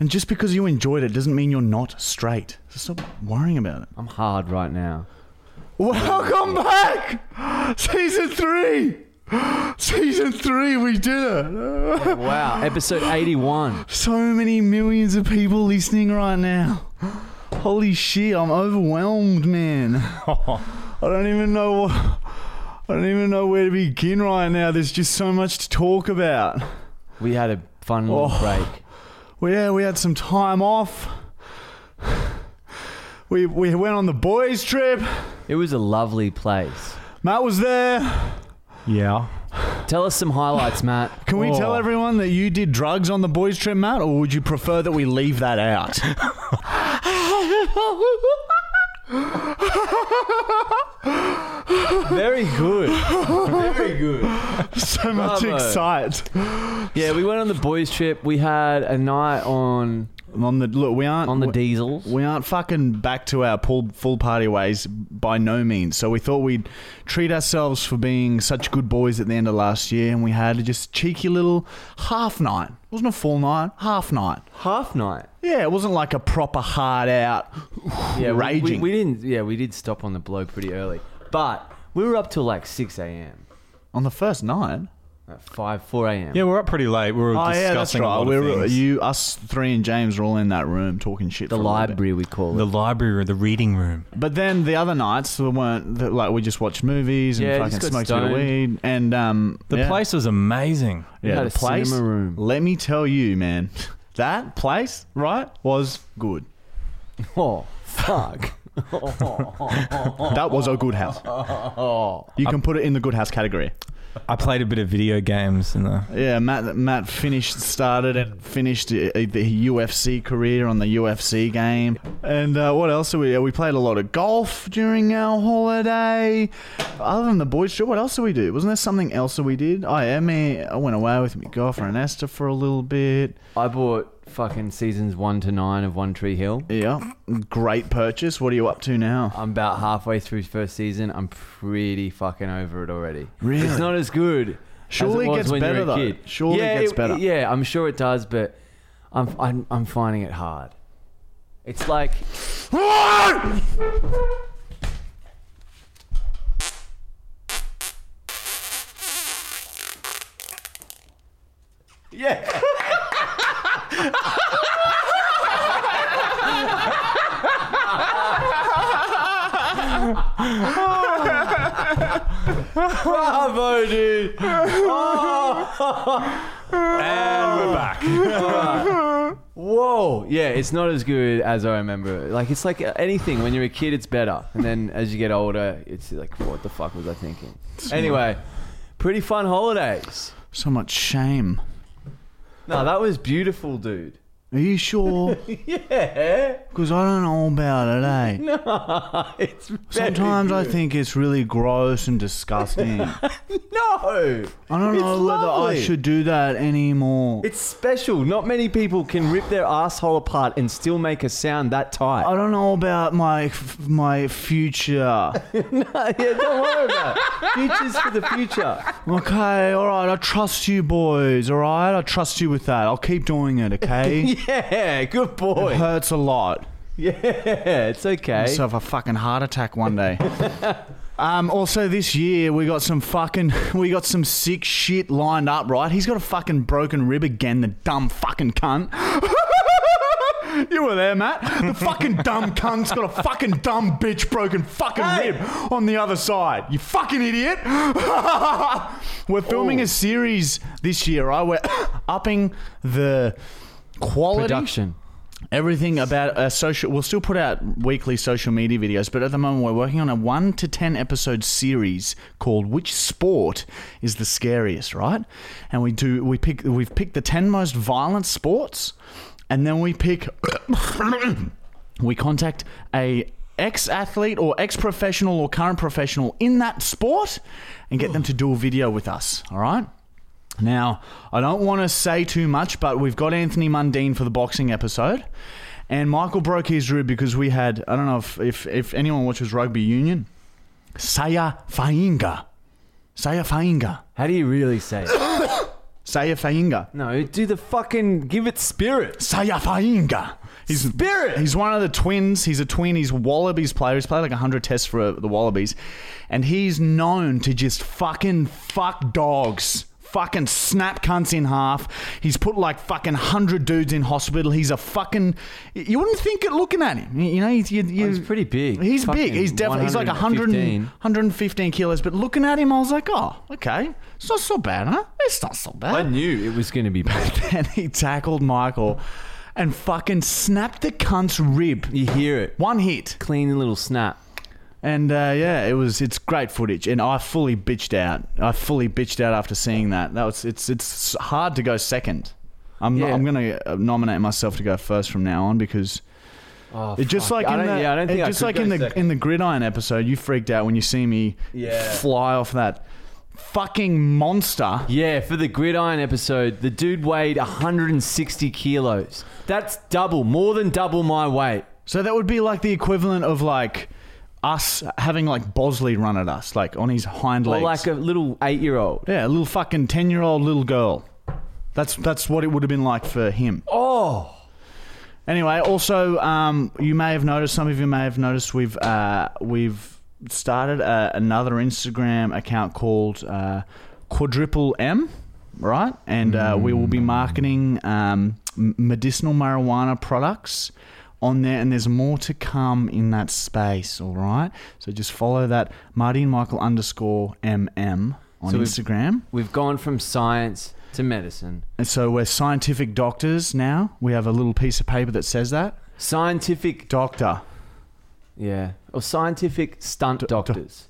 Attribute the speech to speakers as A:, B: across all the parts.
A: And just because you enjoyed it doesn't mean you're not straight. So stop worrying about it.
B: I'm hard right now.
A: Welcome back! Season three! Season three, we did it!
B: Wow, episode 81.
A: So many millions of people listening right now. Holy shit, I'm overwhelmed, man. I don't even know what. I don't even know where to begin right now. There's just so much to talk about.
B: We had a fun little
A: Oh.
B: break.
A: Well, yeah, we had some time off. We, we went on the boys' trip.
B: It was a lovely place.
A: Matt was there.
C: Yeah.
B: Tell us some highlights, Matt.
A: Can we tell
C: Oh.
A: everyone that you did drugs on the boys' trip, Matt, or would you prefer that we leave that out?
B: Very good. Very good.
A: so much
B: Bravo.
A: excite.
B: Yeah, we went on the boys' trip. We had a night on
A: On the look, we aren't
B: on the
A: we-
B: diesels.
A: We aren't fucking back to our full, full party ways by no means. So we thought we'd treat ourselves for being such good boys at the end of last year, and we had just a cheeky little half night. It wasn't a full night, half night.
B: Half night.
A: Yeah, it wasn't like a proper hard out.
B: Yeah, we-
A: Raging.
B: We, we didn't. Yeah, we did stop on the blow pretty early, but we were up till like 6 a.m.
A: On the first night,
B: At 5, 4 a.m.
C: Yeah, we're up pretty late. We were
A: oh yeah, that's
C: discussing a
A: right.
C: lot
A: We
C: of
A: were,
C: things.
A: you, us three, and James were all in that room talking shit.
B: the
A: for a little bit.
B: library we call
C: the
B: it.
C: library or the reading room.
A: But then the other nights we weren't th- like we just watched movies and
B: Yeah,
A: fucking
B: just got
A: smoked a bit of
B: stoned.
A: weed and um
C: The
A: yeah.
C: place was amazing.
B: We
A: yeah
B: had
A: the
B: a
A: place
B: cinema room.
A: let me tell you man that place right was good
B: Oh fuck. Oh, Uh-huh.
A: that was a good house you can put it in the good house category
C: I played a bit of video games uh, in the.
A: yeah Matt Matt finished started and finished uh, the UFC career on the UFC game and uh, what else did we we played a lot of golf during our holiday other than the boys trip, what else did we do? Wasn't there something else that we did? I am. I went away with my girlfriend Esther for a little bit.
B: I bought fucking seasons one to nine of One Tree Hill.
A: Yeah, great purchase. What are you up to now?
B: I'm about halfway through first season. I'm pretty fucking over it already.
A: Really?
B: It's not as good.
A: Surely it
B: as it was
A: gets
B: when you were
A: better,
B: a
A: though.
B: kid.
A: Surely it
B: yeah,
A: gets better.
B: Yeah, I'm sure it does, but I'm I'm, I'm finding it hard. It's like Yeah. Bravo, dude.
C: And we're back.
B: Whoa. Yeah, it's not as good as I remember. Like, it's like uh, anything. When you're a kid, it's better. And then as you get older, it's like, what the fuck was I thinking? Anyway, pretty fun holidays.
A: So much shame.
B: No, that was beautiful, dude.
A: Are you sure?
B: Yeah.
A: Because I don't know about it, eh?
B: No, it's very
A: Sometimes I
B: good.
A: think it's really gross and disgusting. I don't
B: No. It's
A: know whether
B: lovely.
A: I should do that anymore.
B: It's special. Not many people can rip their asshole apart and still make a sound that tight.
A: I don't know about my f- my future.
B: yeah, don't worry about it. Future's for the future.
A: okay, all right. I trust you, boys. All right, I trust you with that. I'll keep doing it. Okay.
B: Yeah, good
A: It
B: boy.
A: hurts a lot.
B: Yeah, it's okay.
A: So have a fucking heart attack one day. um, also, this year we got some fucking we got some sick shit lined up. Right, he's got a fucking broken rib again. The dumb fucking cunt. You were there, Matt. The fucking dumb cunt's got a fucking dumb bitch broken fucking
B: Hey.
A: rib on the other side. You fucking idiot. We're filming a series this year, right? We're upping the quality
B: Production.
A: everything about a social we'll still put out weekly social media videos but at the moment we're working on a 1 to 10 episode series called which sport is the scariest right and we do we pick we've picked the 10 most violent sports and then we pick we contact a ex athlete or ex professional or current professional in that sport and get them to do a video with us all right now, I don't want to say too much, but we've got Anthony Mundine for the boxing episode. And Michael broke his rib because we had, I don't know if, if, if anyone watches rugby union, Saya Fainga. Saya Fainga.
B: How do you really say it?
A: Saya Fainga.
B: No, do the fucking give it spirit.
A: Saya Fainga. He's
B: Spirit.
A: He's one of the twins. He's a twin. He's Wallabies player. He's played like 100 tests for uh, the Wallabies. And he's known to just fucking fuck dogs. Fucking snap cunts in half. He's put like fucking 100 dudes in hospital. He's a fucking. You wouldn't think it looking at him. You- You know, he's, you, you,
B: He's pretty big.
A: He's
B: Fucking
A: big. He's definitely. He's like 100,
B: 115.
A: 115 kilos. But looking at him, I was like, oh, okay. It's not so bad, huh? It's not so bad.
B: I knew it was going to be bad.
A: And he tackled Michael and fucking snapped the cunt's rib.
B: You hear it.
A: One hit.
B: Clean little snap.
A: And uh, yeah, it was it's great footage, and I fully bitched out. I fully bitched out after seeing that. That was it's it's hard to go second. I'm
B: Yeah.
A: I'm gonna uh, nominate myself to go first from now on because
B: Oh,
A: it just like
B: I
A: in
B: don't,
A: the,
B: yeah, I don't think
A: it
B: I
A: just
B: could
A: like
B: go
A: in the
B: second.
A: in the gridiron episode, you freaked out when you see me
B: Yeah.
A: fly off that fucking monster.
B: Yeah, for the gridiron episode, the dude weighed 160 kilos. That's double, more than double my weight.
A: So that would be like the equivalent of like us having like Bosley run at us, like on his hind
B: Or
A: legs.
B: like a little eight year old.
A: yeah, a little fucking ten year old little girl. That's that's what it would have been like for him.
B: Oh,
A: Anyway, also um, you may have noticed, some of you may have noticed, we've uh, we've started uh another Instagram account called uh, Quadruple M, right? And uh, we will be marketing um, m- medicinal marijuana products on there, and there's more to come in that space. All right, so just follow that Marty and Michael underscore MM on
B: So we've-
A: Instagram.
B: we've gone from science to medicine.
A: And so we're scientific doctors now. We have a little piece of paper that says that
B: Scientific,
A: doctor.
B: yeah, or scientific stunt doctors.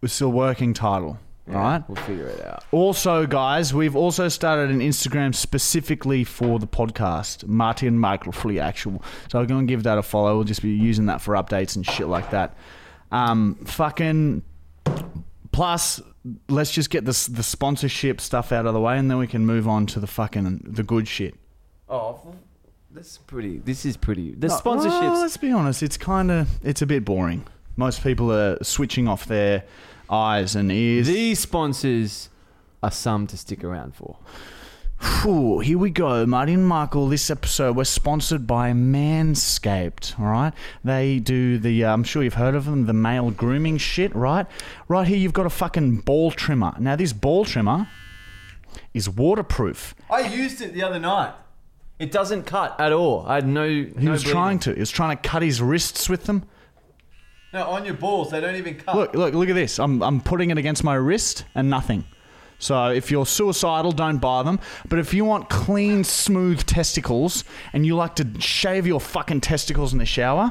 A: We're still working title.
B: Yeah,
A: All right.
B: We'll figure it out.
A: Also, guys, we've also started an Instagram specifically for the podcast, Marty and Michael Fully Actual. So go and give that a follow. We'll just be using that for updates and shit like that. Um, fucking. Plus, let's just get this the sponsorship stuff out of the way, and then we can move on to the fucking the good shit.
B: Oh, well, this is pretty. This is pretty. The
A: No,
B: Uh, sponsorships.
A: well, Oh, let's be honest, it's kind of it's a bit boring. Most people are switching off their eyes and ears.
B: These sponsors are some to stick around for.
A: Phew, here we go, Marty and Michael. This episode we're sponsored by Manscaped. All right, they do the. Uh, I'm sure you've heard of them, the male grooming shit. Right, right here you've got a fucking ball trimmer. Now this ball trimmer is waterproof.
B: I used it the other night. It doesn't cut at all. I had no.
A: He was trying to. He was trying to cut his wrists with them.
B: No, on your balls, they don't even cut.
A: Look, look, look at this. I'm, I'm putting it against my wrist and nothing. So if you're suicidal, don't buy them. But if you want clean, smooth testicles and you like to shave your fucking testicles in the shower,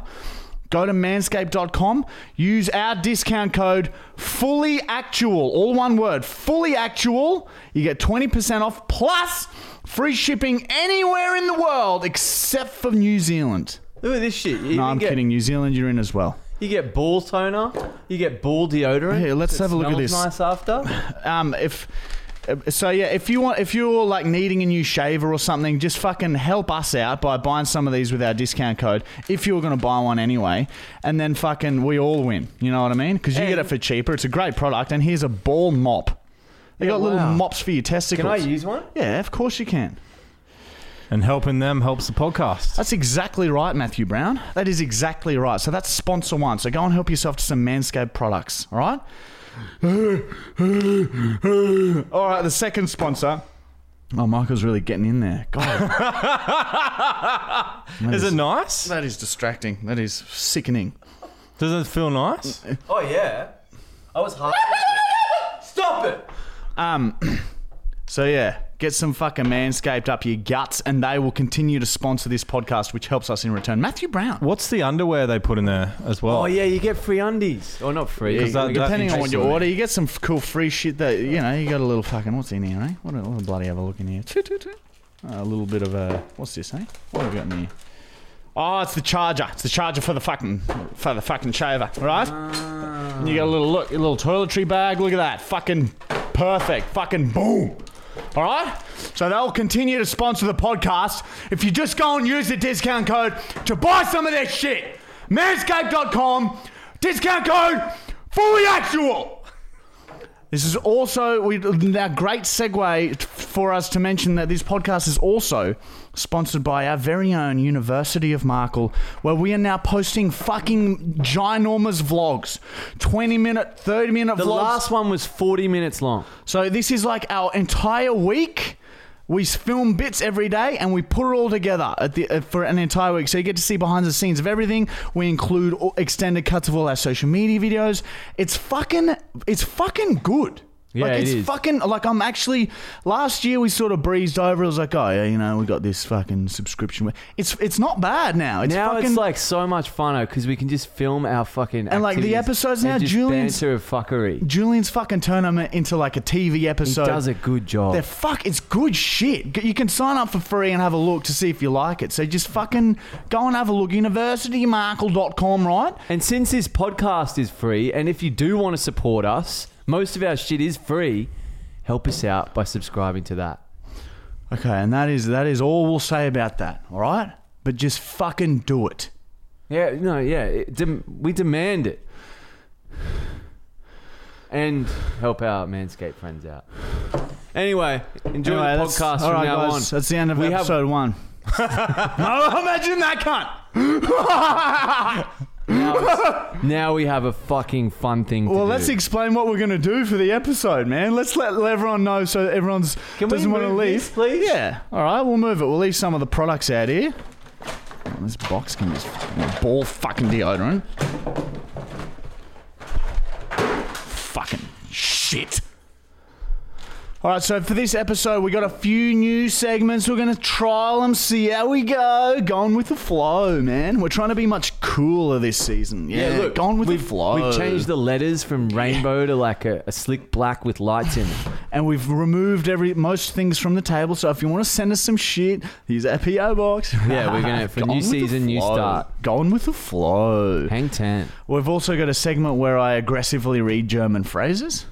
A: go to manscaped.com. Use our discount code fully actual, all one word, fully actual. You get 20% off plus free shipping anywhere in the world except for New Zealand.
B: Look at this shit. You
A: No,
B: even
A: I'm
B: get,
A: kidding. New Zealand, you're in as well.
B: You get ball toner. You get ball deodorant.
A: Here, let's
B: that
A: have a look at
B: smells
A: this.
B: Nice after.
A: um, if so yeah if you want if you're like needing a new shaver or something just fucking help us out by buying some of these with our discount code if you're going to buy one anyway and then fucking we all win you know what i mean because you get
B: And-
A: it for cheaper it's a great product and here's a ball mop they got
B: Yeah,
A: little
B: wow.
A: mops for your testicles
B: Can I use one?
A: yeah of course you can
C: And helping them helps the podcast.
A: that's exactly right, Matthew Brown. That is exactly right. So that's sponsor one. So go and help yourself to some Manscaped products, all right? all right, the second sponsor. Oh, Michael's really getting in there. God,
C: Is it nice?
A: that is distracting. That is sickening.
C: Does it feel nice?
B: Oh yeah. I was hard. Stop it.
A: Um, so yeah, get some fucking Manscaped up your guts, and they will continue to sponsor this podcast, which helps us in return. Matthew Brown.
C: What's the underwear they put in there as well?
B: Oh yeah, you get free undies. Or not free.
C: Yeah, 'cause that-
B: you get-
C: that-
A: Depending on what you
C: interesting.
A: order, you get some f- cool free shit that you know. You got a little fucking what's in here, eh? What a, what a bloody have a look in here. Toot, toot, toot. A little bit of a what's this, eh? What have we got in here? Oh, it's the charger. It's the charger for the fucking for the fucking shaver, right? And you got a little look, a little toiletry bag. Look at that, fucking perfect, fucking boom. All right, so they'll continue to sponsor the podcast if you just go and use the discount code to buy some of their shit. Manscaped.com, discount code fully actual. This is also we now great segue t- for us to mention that this podcast is also sponsored by our very own University of Markle, where we are now posting fucking ginormous vlogs, twenty minute, thirty minute
B: The
A: vlogs.
B: last one was 40 minutes long.
A: So this is like our entire week. We film bits every day and we put it all together at the, uh, for an entire week. So you get to see behind the scenes of everything. We include all, extended cuts of all our social media videos. It's fucking, it's fucking good.
B: Yeah,
A: like
B: it
A: it's
B: is.
A: fucking like I'm actually. Last year we sort of breezed over. It was like, oh yeah, you know, we got this fucking subscription. It's it's not bad now. It's
B: now
A: fucking,
B: it's like so much funner because we can just film our fucking
A: And, like, the
B: activities
A: episodes
B: and
A: now,
B: just
A: Julian's-
B: banter of fuckery.
A: Julian's fucking turned it into like a TV
B: He
A: episode.
B: does a good job.
A: They're fuck. It's good shit. G- You can sign up for free and have a look to see if you like it. So just fucking go and have a look. Universitymarkle.com, right?
B: And since this podcast is free, and if you do want to support us, most of our shit is free. Help us out by subscribing to that.
A: Okay, and that is that is all we'll say about that. All right, but just fucking do it.
B: Yeah, no, yeah, it dem- we demand it. And help our Manscaped friends out. Anyway, enjoy
A: Anyway,
B: the
A: that's-
B: podcast
A: all
B: from
A: right,
B: now
A: guys,
B: on.
A: That's the end of
B: We have-
A: episode one. no, imagine that cunt.
B: Now, it's- now we have a fucking fun thing to
A: well,
B: do.
A: let's explain what we're gonna do for the episode, man. Let's let, let everyone know so everyone's
B: Can we
A: doesn't want to
B: move
A: leave.
B: this, please?
A: Yeah. All right, we'll move it. We'll leave some of the products out here. Oh, this box can just ball fucking deodorant. Fucking shit. All right, so for this episode, we got a few new segments. We're gonna trial them, see how we go. Going with the flow, man. We're trying to be much cooler this season. Yeah,
B: look,
A: going with
B: we've-
A: the flow.
B: We've changed the letters from rainbow to like a, a slick black with lights in it.
A: and we've removed every most things from the table. So if you want to send us some shit, here's our PO box.
B: Yeah, we're gonna- for new
A: Going with the
B: season, new
A: flow.
B: start.
A: Going with the flow.
B: Hang ten.
A: We've also got a segment where I aggressively read German phrases.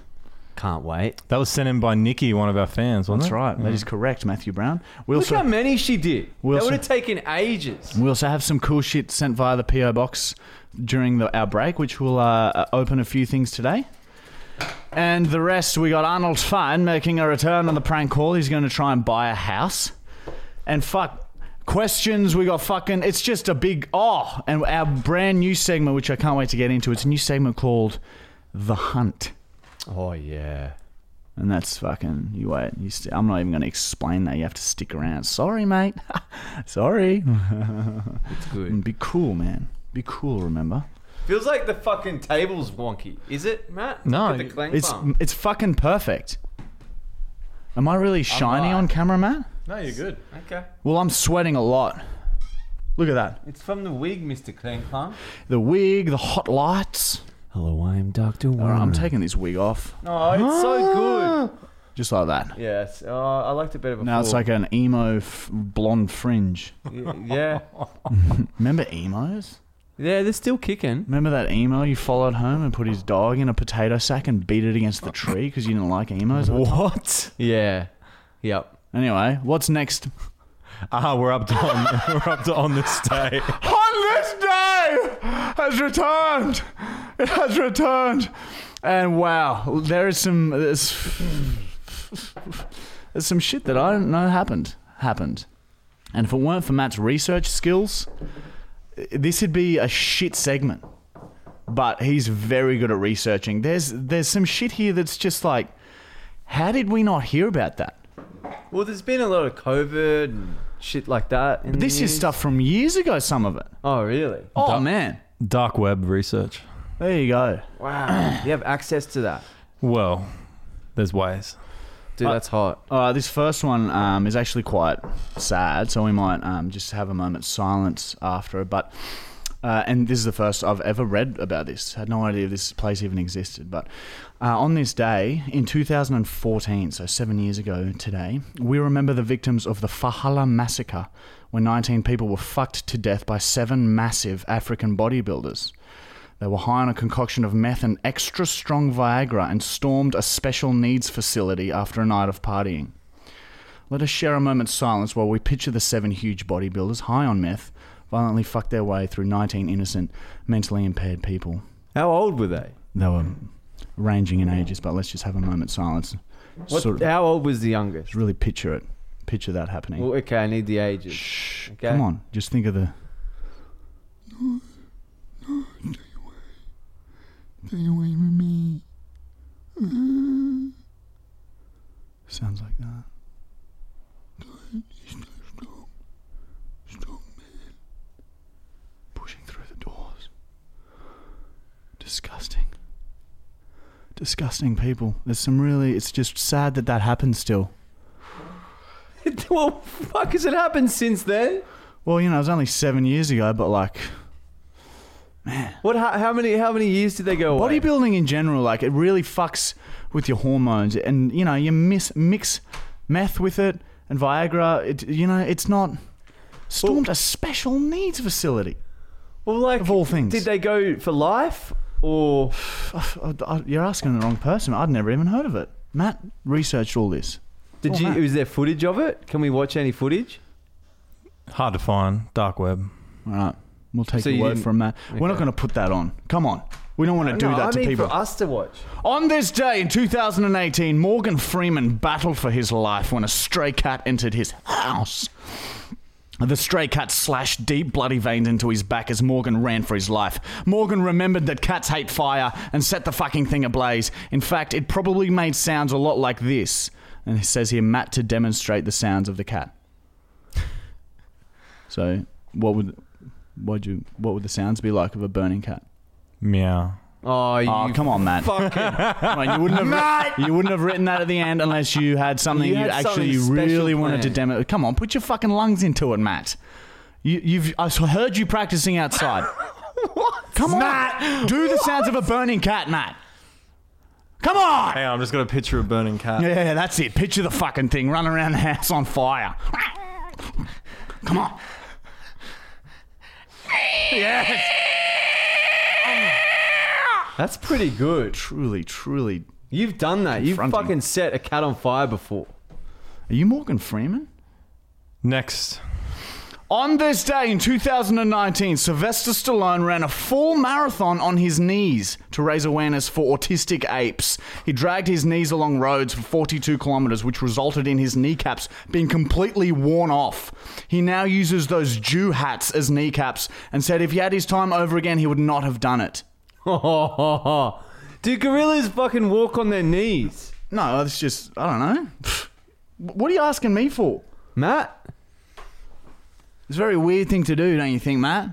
B: Can't wait.
C: That was sent in by Nikki, one of our fans, wasn't
A: That's
C: it?
A: right. That is correct, Matthew Brown. We
B: Mm. Look how
A: also,
B: many she did.
A: Wilson.
B: That would have taken ages.
A: we also have some cool shit sent via the PO box during the, our break, which will uh, uh, open a few things today. And the rest, we got Arnold Fine making a return on the prank call. He's going to try and buy a house. And fuck, questions, we got fucking. It's just a big. Oh, and our brand new segment, which I can't wait to get into. It's a new segment called The Hunt.
B: Oh yeah.
A: And that's fucking. You wait. You st- I'm not even going to explain that. You have to stick around. Sorry, mate. Sorry. Mm,
B: It's good.
A: Be cool, man. Be cool, remember?
B: Feels like the fucking table's wonky. Is it, Matt? Look
C: No,
B: at the clang
A: It's,
B: bump.
A: it's fucking perfect. Am I really shiny
B: not.
A: on camera, Matt?
C: No, you're good.
B: Okay.
A: Well, I'm sweating a lot. Look at that.
B: It's from the wig, Mr. Clang Clang.
A: The wig, the hot lights.
B: Hello, I am Dr.
A: All right,
B: Worm.
A: I'm taking this wig off.
B: oh, it's so good.
A: Just like that.
B: Yes. Oh, I liked it better before.
A: Ah! Now it's like an emo f- blonde fringe.
B: Y- Yeah.
A: Remember emos?
B: Yeah, they're still kicking.
A: Remember that emo you followed home and put his dog in a potato sack and beat it against the tree because you didn't like emos? at the time?
C: What?
B: Yeah. Yep.
A: Anyway, what's next?
C: Ah, we're up to on, we're up to on this day.
A: On this day has returned. It has returned. And wow, there is some there's, there's some shit that I don't know happened happened. And if it weren't for Matt's research skills, i- this would be a shit segment. But he's very good at researching. There's there's some shit here that's just like, how did we not hear about that?
B: Well, there's been a lot of COVID and shit like that. in the
A: This is
B: news.
A: stuff from years ago. Some of it.
B: Oh, really?
A: Oh
C: Duh.
A: man,
C: Dark web research.
A: there you go.
B: Wow. you have access to that.
C: Well, there's ways.
B: Dude, that's hot.
A: All right, Uh, this first one um, is actually quite sad, so we might um, just have a moment's silence after. But uh, and this is the first I've ever read about this. Had no idea this place even existed. But uh, on this day in 2014, so seven years ago today, we remember the victims of the Fahala massacre, when 19 people were fucked to death by seven massive African bodybuilders. They were high on a concoction of meth and extra strong Viagra and stormed a special needs facility after a night of partying. Let us share a moment's silence while we picture the seven huge bodybuilders high on meth violently fuck their way through 19 innocent, mentally impaired people.
B: How old were they?
A: They were ranging in ages, but let's just have a moment silence.
B: What,
A: sort of
B: How old was the youngest?
A: just really picture it, picture that happening.
B: Well, okay, I need the ages.
A: Shh,
B: Okay.
A: come on, just think of the. Stay away from me. Sounds like that. Pushing through the doors. Disgusting. Disgusting people. There's some really. It's just sad that that happens still.
B: well, fuck, has it happened since then?
A: Well, you know, it was only seven years ago, but like
B: What? How, how many? How many years did they go away?
A: bodybuilding in general, like it really fucks with your hormones, and you know, you miss, mix meth with it and Viagra. It, you know, it's not. Stormed a special needs facility.
B: Well, like
A: Of all things.
B: did they go for life or?
A: I- I- You're asking the wrong person. I'd never even heard of it. Matt researched all this.
B: Did
A: Oh,
B: you?
A: man.
B: Was there footage of it? Can we watch any footage?
C: Hard to find. Dark web.
A: All right, we'll take
B: So
A: your
B: you
A: word
B: didn't-
A: from that. We're not
B: okay.
A: going to put that on. Come on, we don't want to do
B: no,
A: that
B: I
A: to
B: mean
A: people.
B: for us to watch.
A: On this day in 2018, Morgan Freeman battled for his life when a stray cat entered his house. The stray cat slashed deep bloody veins into his back as Morgan ran for his life. Morgan remembered that cats hate fire and set the fucking thing ablaze. In fact, it probably made sounds a lot like this. And it says here, Matt to demonstrate the sounds of the cat. So, what would, what you, what would the sounds be like of a burning cat?
C: Meow.
B: Oh, you
A: Oh, come on, Matt.
B: fucking!
A: Mate, you wouldn't have you wouldn't have written that at the end unless you had something you,
B: You had
A: actually
B: something
A: really
B: special
A: wanted to
B: planned.
A: demo. Come on, put your fucking lungs into it, Matt. You, you've I heard you practicing outside. what? Come on, Matt. Do the sounds of a burning cat, Matt. Come on.
C: Hang on, I'm just gonna picture a burning cat.
A: Yeah, yeah, that's it. Picture the fucking thing running around the house on fire. Come on. Yes.
B: That's pretty good.
A: Truly, truly.
B: You've done that. You've
A: Confronting.
B: fucking set a cat on fire before.
A: Are you Morgan Freeman?
C: Next.
A: On this day in 2019, Sylvester Stallone ran a full marathon on his knees to raise awareness for autistic apes. He dragged his knees along roads for 42 kilometers, which resulted in his kneecaps being completely worn off. He now uses those Jew hats as kneecaps and said if he had his time over again, he would not have done it.
B: Do gorillas fucking walk on their knees?
A: No, it's just, I don't know. What are you asking me for?
B: Matt,
A: It's a very weird thing to do, don't you think, Matt?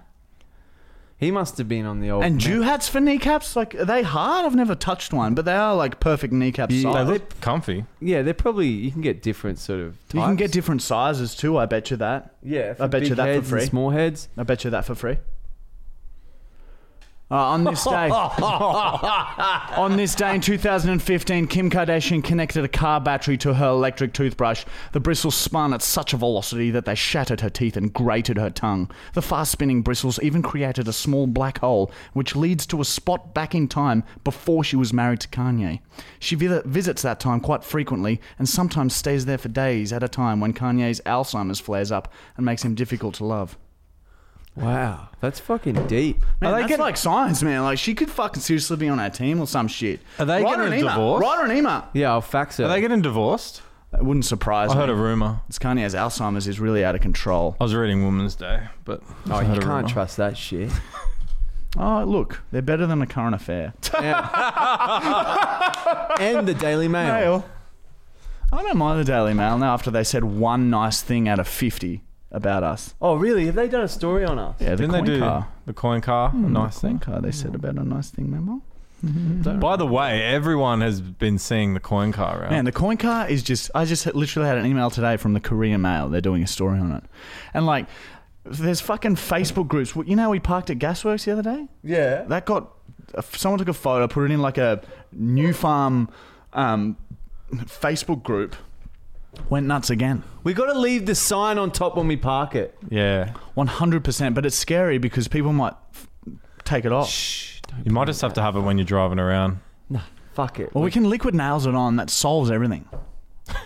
B: he must have been on the old.
A: And Jew hats for kneecaps? Like, are they hard? I've never touched one, but they are like perfect kneecap
C: They
A: size.
C: look comfy.
B: yeah, they're probably you can get different sort of. Types.
A: you can get different sizes too, I bet you that.
B: Yeah, for
A: I bet you
B: big
A: that for
B: heads and
A: free.
B: Small heads.
A: I bet you that for free. Uh, on this day, on this day in 2015, Kim Kardashian connected a car battery to her electric toothbrush. The bristles spun at such a velocity that they shattered her teeth and grated her tongue. The fast-spinning bristles even created a small black hole, which leads to a spot back in time before she was married to Kanye. She vi- visits that time quite frequently and sometimes stays there for days at a time when Kanye's Alzheimer's flares up and makes him difficult to love.
B: Wow, that's fucking deep.
A: Man,
C: Are they
A: that's
C: getting-
A: like science, man. Like she could fucking seriously be on our team or some shit.
C: Are they
A: Write her
C: getting
A: an email.
C: divorced?
A: Write her an email.
B: Yeah, I'll fax it.
C: Are they getting divorced?
A: It wouldn't surprise
C: I heard
A: me.
C: a rumor.
A: It's Kanye's Alzheimer's is really out of control.
C: I was reading Woman's Day, but
B: oh,
C: I
B: you
C: heard a
B: can't
C: rumor.
B: trust that shit.
A: Oh, look, they're better than a current affair.
B: and the Daily
A: oh.
B: Mail.
A: I don't mind the Daily Mail now after they said one nice thing out of 50 about us.
B: Oh, really? Have they done a story on us?
A: Yeah, the
C: Didn't
A: coin
C: they do
A: car.
C: the coin car? a nice
A: Coin
C: thing.
A: car they said about a nice thing, remember?
C: By the way, everyone has been seeing the coin car around.
A: Man, the coin car is just. I just literally had an email today from the Korean Mail. They're doing a story on it. And like, there's fucking Facebook groups. You know, how we parked at Gasworks the other day?
B: Yeah.
A: That got someone took a photo, put it in like a new farm um, Facebook group. Went nuts again,
B: We got to leave the sign on top when we park it.
C: yeah.
A: one hundred percent. But it's scary because people might f- take it off.
B: Shh.
C: You might just have to have it when you're driving around.
B: Fuck it.
A: Well, we can liquid nails it on. That solves everything.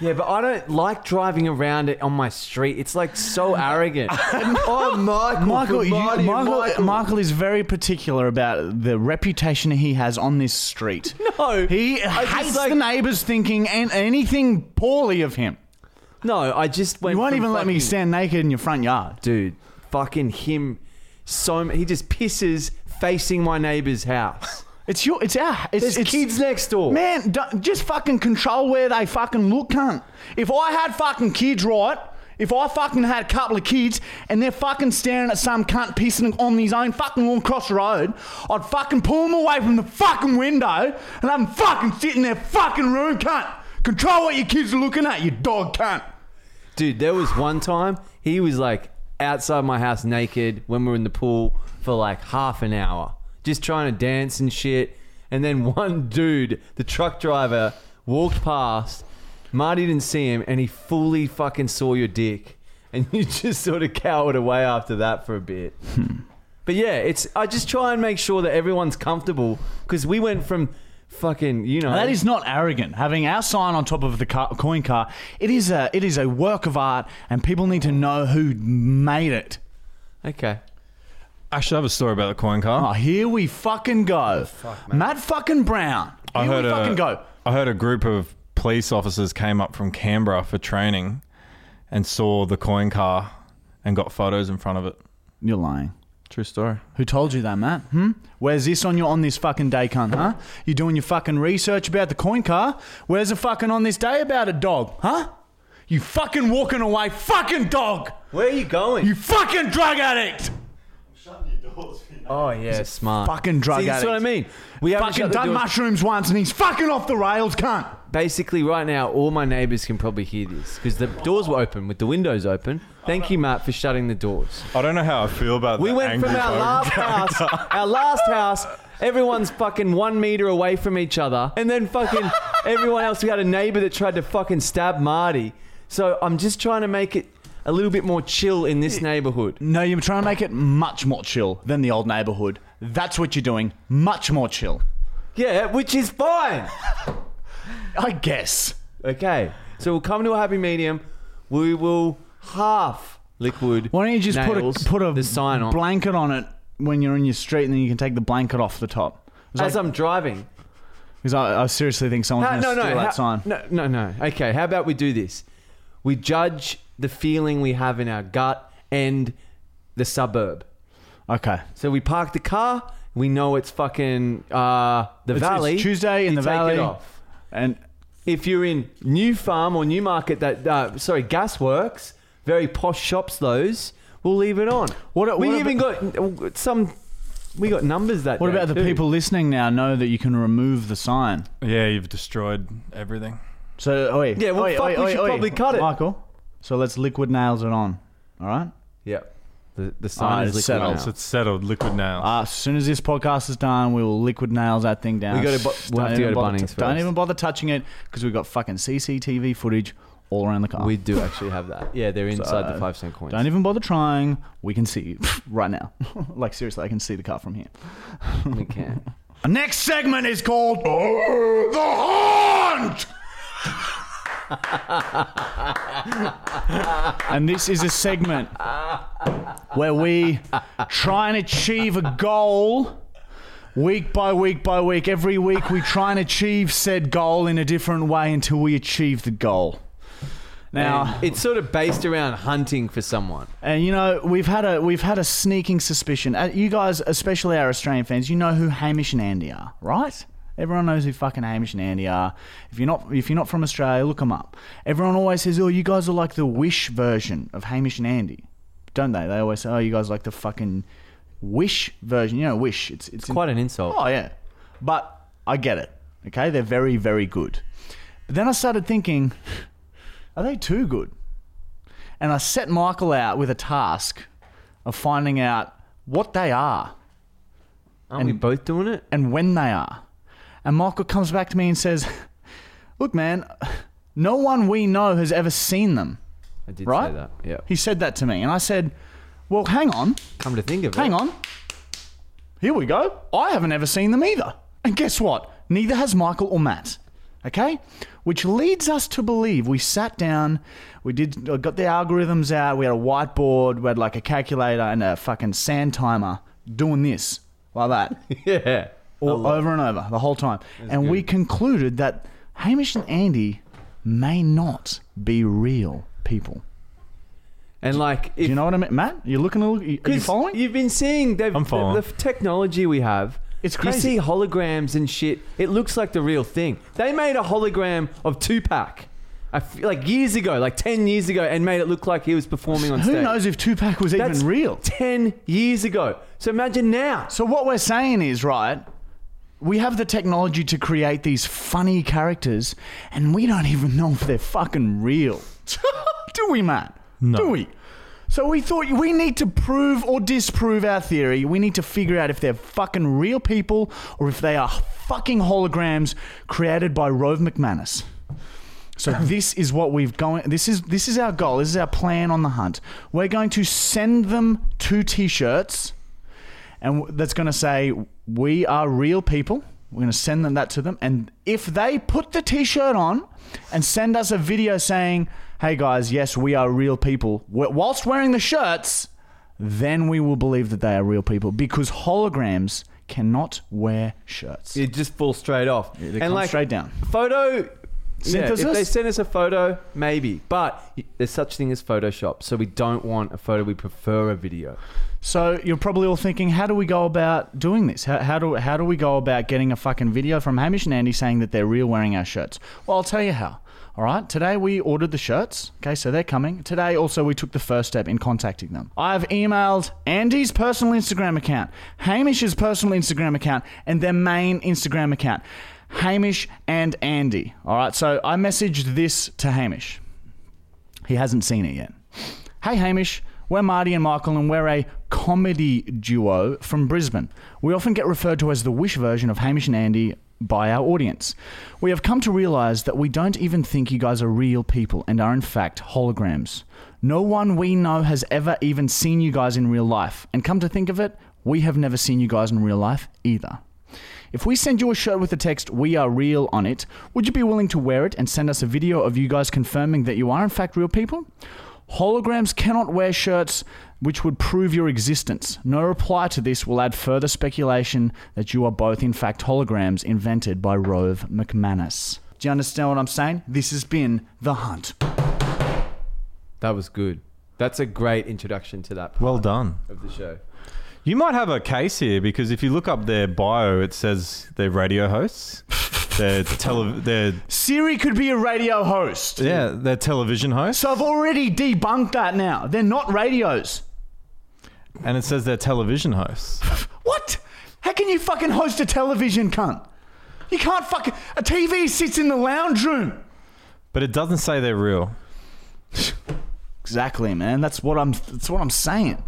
B: Yeah, but I don't like driving around it on my street. It's like so arrogant. oh, Michael,
A: Michael,
B: good
A: you,
B: morning,
A: Michael, Michael is very particular about the reputation he has on this street.
B: No,
A: he
B: I just
A: hates
B: like-
A: the neighbours thinking an- anything poorly of him.
B: No, I just went.
A: You won't
B: from
A: even let me
B: fucking-
A: stand naked in your front yard.
B: dude. Fucking him. So m- he just pisses facing my neighbor's house.
A: It's your, it's our, it's,
B: There's
A: it's
B: kids next door.
A: Man, do just fucking control where they fucking look, cunt. If I had fucking kids, right? If I fucking had a couple of kids and they're fucking staring at some cunt pissing on his own fucking lawn across the road, I'd fucking pull them away from the fucking window and have them fucking sit in their fucking room, cunt. Control what your kids are looking at, you dog cunt.
B: Dude, there was one time he was like outside my house naked when we were in the pool for like half an hour, just trying to dance and shit. And then one dude, the truck driver, walked past. Marty didn't see him, and he fully fucking saw your dick, and you just sort of cowered away after that for a bit. But yeah, it's I just try and make sure that everyone's comfortable because we went from fucking you know
A: That is not arrogant. Having our sign on top of the car, coin car, it is a it is a work of art, and people need to know who made it.
B: okay.
C: Actually, I have a story about the coin car.
A: Oh, here we fucking go. Matt fucking Brown. Here
C: I heard
A: we
C: a,
A: Oh, fucking go.
C: I heard a group of police officers came up from Canberra for training and saw the coin car and got photos in front of it.
A: You're lying.
C: True story.
A: Who told you that, Matt? Hmm? Where's this on your on this fucking day, cunt, huh? You doing your fucking research about the coin car? Where's the fucking on this day about it, dog, huh? You fucking walking away, fucking dog!
B: Where are you going?
A: You fucking drug addict!
B: oh yeah, smart.
A: Fucking drug
B: See, that's
A: addict.
B: what I mean. We haven't
A: Fucking
B: shut the
A: done
B: doors-
A: mushrooms once and he's fucking off the rails, cunt!
B: Basically, right now, all my neighbours can probably hear this because the doors were open with the windows open. Thank you, Matt, for shutting the doors.
C: I don't know how I feel about
B: We
C: the
B: went
C: angry
B: from our
C: folk.
B: last house, our last house. Everyone's fucking one meter away from each other, and then fucking everyone else. We had a neighbour that tried to fucking stab Marty. So I'm just trying to make it a little bit more chill in this neighbourhood.
A: No, you're trying to make it much more chill than the old neighborhood. That's what you're doing. Much more chill.
B: Yeah, which is fine.
A: I guess.
B: Okay, so we'll come to a happy medium. We will half liquid.
A: Why don't you just
B: nails
A: put a put a
B: the sign on
A: blanket on it when you're in your street, and then you can take the blanket off the top.
B: as I'm driving?
A: Because I, I seriously think someone's
B: How-
A: going to
B: no, no,
A: steal that
B: how-
A: sign.
B: no, no, no. Okay, how about we do this? We judge the feeling we have in our gut and the suburb.
A: Okay,
B: So we park the car. We know it's fucking uh, the
A: it's
B: valley.
A: Tuesday in
B: You
A: the
B: take
A: valley.
B: It off.
A: and
B: If you're in New Farm or Newmarket, that uh, sorry, Gasworks, very posh shops. Those we'll leave it on.
A: What-
B: we
A: what
B: even got some. We got numbers that.
A: what
B: day
A: about the
B: too.
A: people listening now? Know that you can remove the sign.
C: Yeah, you've destroyed everything.
A: So, oi,
B: Yeah, well,
A: oi,
B: fuck,
A: oi,
B: we
A: oi,
B: should
A: oi,
B: probably cut it.
A: Michael. So let's liquid nails it on. All right.
B: Yeah, the the
A: Ah,
B: sign
A: it's
B: is liquid
A: settled.
B: now.
A: It's
C: So it's settled. Liquid nails.
A: Uh, as soon as this podcast is done, we will liquid nails that thing down.
B: We gotta bu-
A: Don't
B: we'll have to go
A: even
B: to
A: bother
B: Bunnings
A: Don't
B: first.
A: even bother touching it because we've got fucking CCTV footage all around the car.
B: We do actually have that. uh, Yeah, they're inside the five cent coins.
A: Don't even bother trying. We can see you right now. like seriously, I can see the car from here.
B: we can.
A: Our next segment is called Oh, The Haunt. and this is a segment where we try and achieve a goal week by week by week. Every week we try and achieve said goal in a different way until we achieve the goal. Now,
B: And it's sort of based around hunting for someone.
A: And you know we've had a we've had a sneaking suspicion. Uh, you guys, especially our Australian fans, you know who Hamish and Andy are, right? Everyone knows who fucking Hamish and Andy are. If you're not if you're not from Australia, look them up. Everyone always says, "Oh, you guys are like the Wish version of Hamish and Andy," don't they? They always say, "Oh, you guys are like the fucking Wish version." You know, Wish. It's it's, in-
B: Quite an insult.
A: Oh yeah, but I get it. Okay, they're very very good. But then I started thinking, are they too good? And I set Michael out with a task of finding out what they are
B: Aren't we both doing it?
A: and when they are. And Michael comes back to me and says, "Look, man, no one we know has ever seen them."
B: I did
A: Right?
B: say that. Yeah.
A: He said that to me, and I said, "Well, hang on."
B: Come to think of it.
A: Hang on. Here we go. I haven't ever seen them either. And guess what? Neither has Michael or Matt. Okay? Which leads us to believe we sat down, we did I got the algorithms out, we had a whiteboard, we had like a calculator and a fucking sand timer doing this like that.
B: Yeah.
A: all, over and over the whole time. and we concluded that Hamish and Andy may not be real people.
B: And like,
A: Do
B: if,
A: you know what I mean, Matt? You're looking. Are you following?
B: have been seeing they've,
C: I'm following.
B: The, the technology we have.
A: It's crazy.
B: You see holograms and shit. It looks like the real thing. They made a hologram of Tupac, I feel like years ago, like ten years ago, and made it look like he was performing on stage.
A: Who knows if Tupac was
B: That's
A: even real?
B: Ten years ago. So imagine now.
A: So what we're saying is right. We have the technology to create these funny characters, and we don't even know if they're fucking real. Do we, Matt?
C: No.
A: Do we? So we thought we need to prove or disprove our theory. We need to figure out if they're fucking real people or if they are fucking holograms created by Rove McManus. So this is what we've going. This is this is our goal. This is our plan on the hunt. We're going to send them two T-shirts, and w- that's going to say we are real people. We're going to send them that to them, and if they put the T-shirt on and send us a video saying, "Hey guys, yes, we are real people," wh- whilst wearing the shirts, then we will believe that they are real people because holograms cannot wear shirts.
B: It just falls straight off.
A: they come straight down.
B: Photo. Yeah, if
A: Synthesis?
B: they send us a photo, maybe. But there's such thing as Photoshop, so we don't want a photo. We prefer a video.
A: So you're probably all thinking, how do we go about doing this? How, how do how do we go about getting a fucking video from Hamish and Andy saying that they're real wearing our shirts? Well, I'll tell you how. All right, today we ordered the shirts. Okay, so they're coming. Today also we took the first step in contacting them. I've emailed Andy's personal Instagram account, Hamish's personal Instagram account, and their main Instagram account, Hamish and Andy. All right, so I messaged this to Hamish. He hasn't seen it yet. Hey Hamish, we're Marty and Michael, and we're a comedy duo from Brisbane. We often get referred to as the Wish version of Hamish and Andy by our audience. We have come to realise that we don't even think you guys are real people and are in fact holograms. No one we know has ever even seen you guys in real life, and come to think of it, we have never seen you guys in real life either. If we send you a shirt with the text, We Are Real on it, would you be willing to wear it and send us a video of you guys confirming that you are in fact real people? Holograms cannot wear shirts which would prove your existence. No reply to this will add further speculation that you are both in fact holograms invented by Rove McManus. Do you understand what I'm saying? This has been The Hunt.
B: That was good. That's a great introduction to that part
C: Well done.
B: of the show.
C: You might have a case here because if you look up their bio, it says they're radio hosts. they're tele- they're
A: Siri could be a radio host.
C: yeah, they're television hosts,
A: So I've already debunked that now. They're not radios.
C: and it says they're television hosts.
A: What? How can you fucking host a television, cunt? You can't fucking. A TV sits in the lounge room.
C: But it doesn't say they're real.
A: Exactly, man. That's what I'm. That's what I'm saying.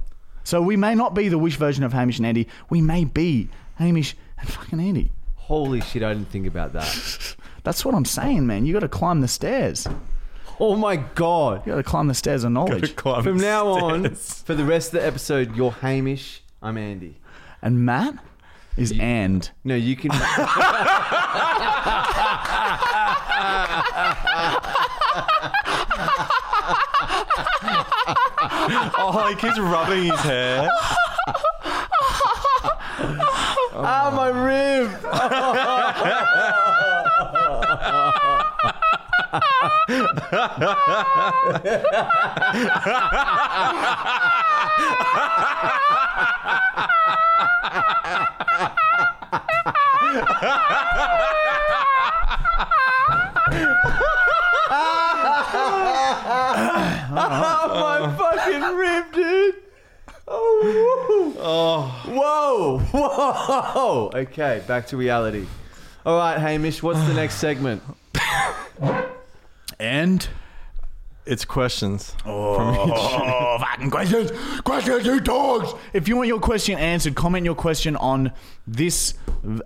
A: So we may not be the wish version of Hamish and Andy. We may be Hamish and fucking Andy.
B: Holy shit! I didn't think about that.
A: That's what I'm saying, man. You got to climb the stairs. You
B: Oh my god!
A: got to climb the stairs of knowledge.
B: From now on, for the rest of the episode, you're Hamish. I'm Andy.
A: And Matt is and.
B: No, you can.
C: oh, like he's rubbing his hair.
B: Ah, my rib. Ah, my fucking rib, dude. Oh, Whoa! Whoa! Okay, back to reality. All right, Hamish, what's the next segment?
A: And.
C: It's questions.
A: more Oh, fucking questions. Questions, you dogs. If you want your question answered, comment your question on this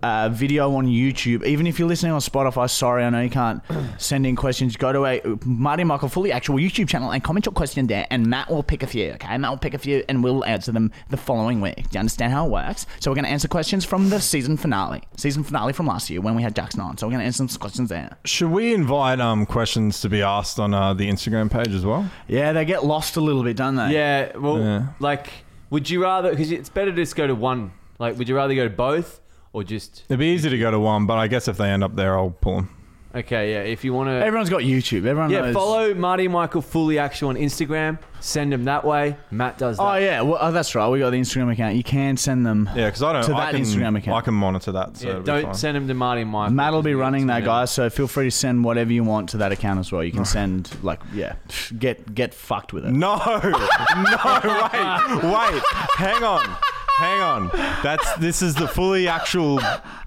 A: uh, video on YouTube. Even if you're listening on Spotify, sorry, I know you can't send in questions. Go to a Marty and Michael Fully actual YouTube channel and comment your question there, and Matt will pick a few. Okay, Matt will pick a few, and we'll answer them the following week. Do you understand how it works? So we're going to answer questions from the season finale, season finale from last year when we had Jackson on. So we're going to answer some questions there.
C: Should we invite um, questions to be asked on uh, the Instagram page as well?
A: Yeah, they get lost a little bit, don't they?
B: Yeah, well,
C: Yeah.
B: like, would you rather? Because it's better to just go to one. Like, would you rather go to both or just?
C: It'd be easy to go to one, but I guess if they end up there, I'll pull them.
B: Okay, yeah. If you want to,
A: Everyone's got YouTube. Everyone
B: yeah,
A: knows.
B: follow Marty and Michael Fully Actual on Instagram. Send them that way. Matt does that.
A: Oh yeah, well, oh, that's right. We got the Instagram account. You can send them.
C: Yeah, because I don't.
A: To
C: I
A: that
C: can,
A: Instagram account.
C: I can monitor that. So
B: Yeah,
C: it'll be
B: don't
C: fine.
B: send them to Marty and Michael.
A: Matt will be running that,
B: Yeah.
A: guys. So feel free to send whatever you want to that account as well. You can send like yeah, get get fucked with it.
C: No, no, wait, wait, hang on, hang on. That's this is the fully actual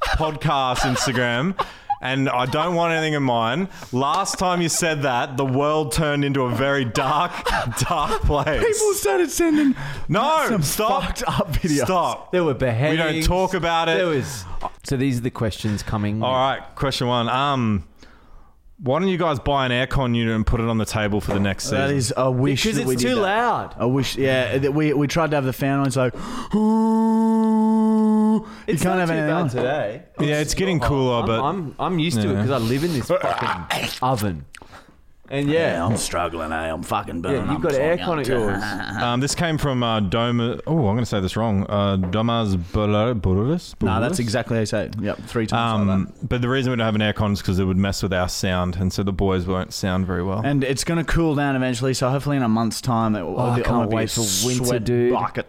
C: podcast Instagram, and I don't want anything in mine. Last time you said that, the world turned into a very dark, dark place.
A: started sending
C: no,
A: some
C: stop,
A: fucked up videos.
C: stop.
B: There were beheadings.
C: talk about it.
B: There was. So these are the questions coming.
C: All right, question one. Um, why don't you guys buy an aircon unit and put it on the table for the next season?
A: That is a wish.
B: Because
A: that we
B: it's
A: did
B: too
A: that.
B: loud.
A: I wish. Yeah, that we we tried to have the fan on. It's like. you
B: It's
A: can't have
B: not too
A: anything
B: bad
A: on.
B: today.
C: yeah, it's getting cooler,
B: I'm,
C: but
B: I'm I'm used to it
C: Yeah.
B: because I live in this fucking oven. And yeah,
A: Yeah, I'm struggling. Eh? I'm fucking burning.
B: yeah you've
A: I'm
B: got
A: fucking
B: aircon at
A: up.
B: yours.
A: Ah.
C: Um, this came from uh, Doma. Oh, I'm going to say this wrong. Uh, Domas Borodis.
A: No, that's exactly how you say. It. Yep, three times. like that.
C: Um, but the reason we don't have an aircon is because it would mess with our sound, and so the boys won't sound very well.
A: And it's going to cool down eventually, so hopefully in a month's time, it will,
B: Oh, I
A: it'll
B: can't
A: be a
B: wait for winter,
A: sweat
B: dude.
A: Bucket.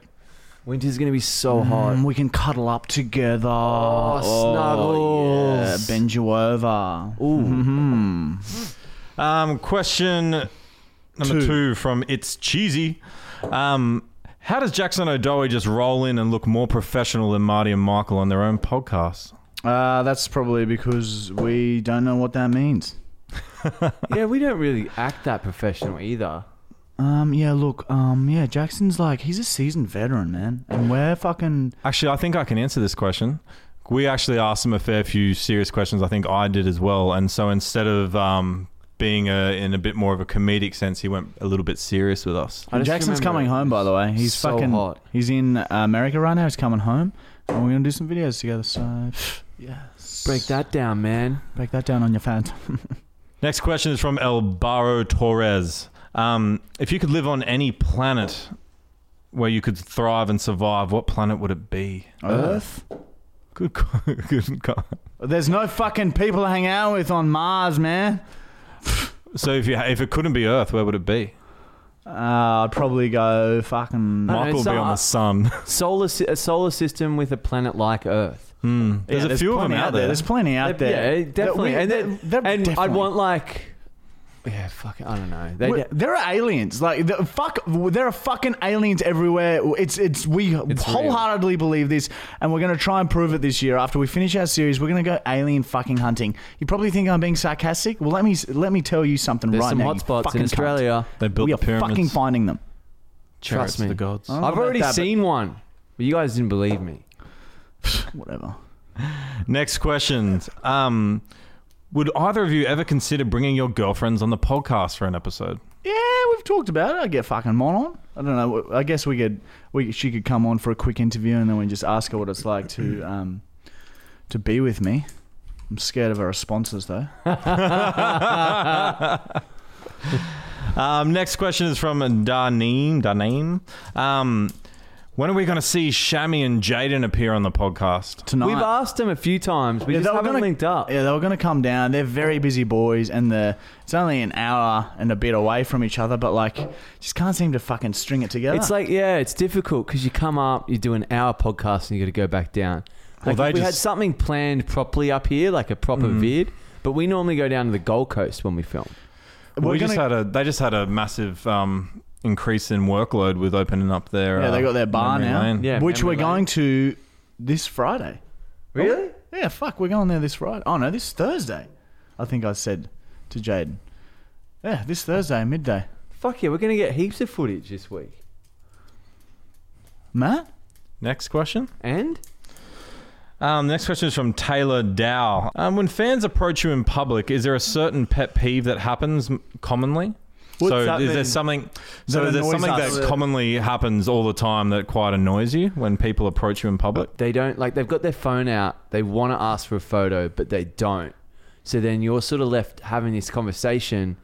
B: Winter's gonna be so
A: And
B: hot.
A: we can cuddle up together.
B: Oh, snuggles.
A: Yeah, bend you over. Mm.
B: Ooh,
C: Um, question number
A: Two.
C: two. from It's Cheesy. Um, how does Jackson O'Dowie just roll in and look more professional than Marty and Michael on their own podcast?
A: Uh, that's probably because we don't know what that means.
B: yeah, we don't really act that professional either.
A: Um, yeah, look, um, yeah, Jackson's like, he's a seasoned veteran, man. And we're fucking.
C: Actually, I think I can answer this question. We actually asked them a fair few serious questions. I think I did as well. And so instead of um, being a, in a bit more of a comedic sense, he went a little bit serious with us.
B: I just
A: Jackson's
B: remember
A: coming home, by the way. He's
B: so
A: fucking.
B: hot.
A: He's in uh, America right now. He's coming home. And we're going to do some videos together, so. Yes.
B: Break that down, man.
A: Break that down on your fan.
C: Next question is from El Barro Torres. Um, if you could live on any planet where you could thrive and survive, what planet would it be?
A: Earth?
C: Good, co- good. co-
A: There's no fucking people to hang out with on Mars, man.
C: So if you if it couldn't be Earth, where would it be?
A: Uh, I'd probably go fucking.
B: I don't know,
C: Michael would be
B: some-
C: on the sun.
B: Solar, sy- a solar system with a planet like Earth.
C: Hmm.
A: Yeah,
C: There's a few of them
A: plenty
C: out there.
A: There's plenty out there.
B: Yeah, definitely.
A: We-
B: and
A: they're-
B: then,
A: they're
B: and I'd
A: definitely-
B: want like, yeah, fuck, it, I don't know. They,
A: We- there are aliens. Like the, fuck, there are fucking aliens everywhere. It's it's we wholeheartedly believe this, and we're gonna try and prove it this year. After we finish our series, we're gonna go alien fucking hunting. You probably think I'm being sarcastic. Well, let me let me tell you something
B: there's
A: right
B: some
A: now. you
B: hotspots
A: fucking
B: in
A: cunt.
B: Australia.
C: They built
A: We
C: the
A: are
C: pyramids.
A: fucking finding them.
B: Trust me.
C: the gods.
A: I don't know
B: I've
A: about
B: already
A: that, but
B: seen one, but you guys didn't believe me.
A: whatever.
C: Next question. Um, would either of you ever consider bringing your girlfriends on the podcast for an episode?
A: Yeah, we've talked about it. I get fucking mine on. I don't know. I guess we could. We she could come on for a quick interview, and then we just ask her what it's like to um to be with me. I'm scared of her responses though.
C: Um, next question is from Darneem. Darneem. Um, when are we going to see Shami and Jaden appear on the podcast?
A: Tonight.
B: We've asked them a few times. We
A: Yeah,
B: just
A: they were
B: haven't
A: gonna-
B: linked up.
A: Yeah, they were going to come down. They're very busy boys, and the it's only an hour and a bit away from each other, but like, just can't seem to fucking string it together.
B: It's like, yeah, it's difficult because you come up, you do an hour podcast, and you got to go back down. Like,
C: Well, they
B: if we had
C: just- Mm.
B: something planned properly up here, like a proper vid, but we normally go down to the Gold Coast when we film.
A: We're
C: we just
A: gonna-
C: had a they just had a massive um, increase in workload with opening up their
A: Yeah, they got their bar
C: uh, memory
A: now.
C: lane.
B: Yeah.
A: which we're
B: memory lane.
A: going to this Friday.
B: Really?
A: Yeah, fuck, we're going there this Friday. Oh no, this Thursday. I think I said to Jaden. Yeah, this Thursday midday.
B: Fuck yeah, we're going to get heaps of footage this week.
A: Matt?
C: Next question.
B: And
C: Um, next question is from Taylor Dow. Um, when fans approach you in public, is there a certain pet peeve that happens m- commonly?
B: What's
C: so
B: that
C: is there
B: mean?
C: something? So
A: That
C: is there
A: annoys
C: something
A: us.
C: that commonly happens all the time that quite annoys you when people approach you in public?
B: they don't like they've got their phone out. They want to ask for a photo, but they don't. So then you're sort of left having this conversation,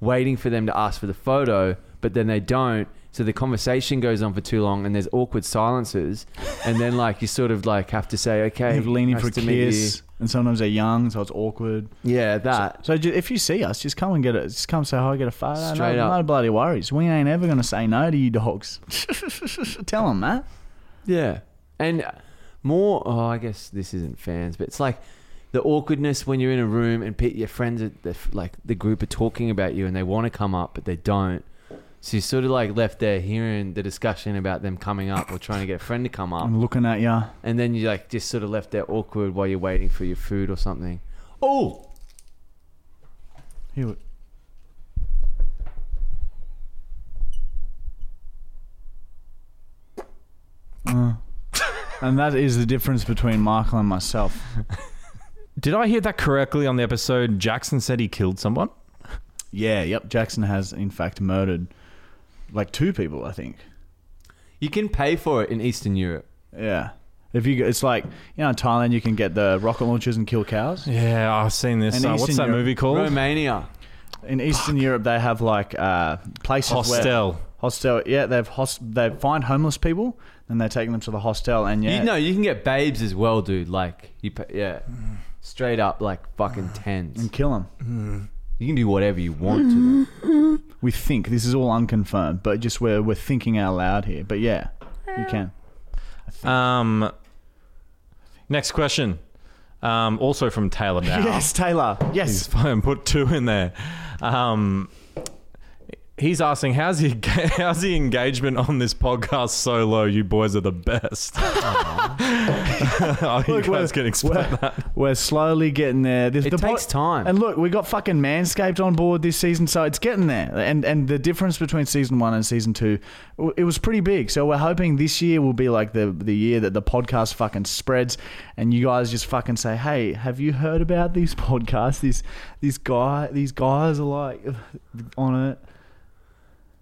B: waiting for them to ask for the photo, but then they don't. So the conversation goes on for too long, and there's awkward silences, and then like you sort of like have to say, okay,
A: They're leaning
B: nice
A: for a
B: to meet
A: kiss, and sometimes they're young, so it's awkward.
B: you. Yeah, that.
A: So ju- if you see us, just come and get it. Just come say hi, get a photo. No-
B: Straight up.
A: No bloody worries. We ain't ever gonna say no to you dogs. Tell them, Matt.
B: Yeah, and uh, more. Oh, I guess this isn't fans, but it's like the awkwardness when you're in a room and pe- your friends, are, the, like the group, are talking about you and they want to come up but they don't. So you're sort of like left there hearing the discussion about them coming up or trying to get a friend to come up,
A: I'm looking at ya.
B: and then you're like just sort of left there awkward while you're waiting for your food or something. Oh,
A: Here we- Uh. and that is the difference between Michael and myself.
C: Did I hear that correctly on the episode? Jackson said he killed someone.
A: Yeah, yep. Jackson has in fact murdered like two people, I think.
B: you can pay for it in Eastern Europe.
A: Yeah. If you, go- it's like you know, in Thailand, you can get the rocket launchers and kill cows.
C: Yeah, I've seen this.
A: And
C: Uh,
A: he's
C: what's
A: in
C: that
A: your-
C: movie called?
B: Romania.
A: In Eastern Europe, they have like uh, places where
C: Hostel.
A: hostel. Yeah, they've host, they find homeless people and they take them to the hostel. And yeah,
B: You know, you can get babes as well, dude. Like you, pay, yeah, straight up like fucking tens.
A: and kill them.
B: You can do whatever you want to. Them.
A: We think this is all unconfirmed, but just we're we're thinking out loud here. But yeah, you can.
C: Um, next question. Um, also from Taylor Dow.
A: Yes, Taylor.
C: He's
A: Yes.
C: fine. Put two in there. Um, he's asking, how's the how's the engagement on this podcast so low? You boys are the best. oh, you
A: Look,
C: guys
A: we're-
C: can explain
A: we're,
C: that.
A: we're slowly getting there. This,
B: It
A: po-
B: takes time.
A: And look, we got fucking Manscaped on board this season, so it's getting there. And and the difference between season one and season two, w- it was pretty big. So we're hoping this year will be like the the year that the podcast fucking spreads, and you guys just fucking say, hey, have you heard about these podcasts? These these guy these guys are like on it.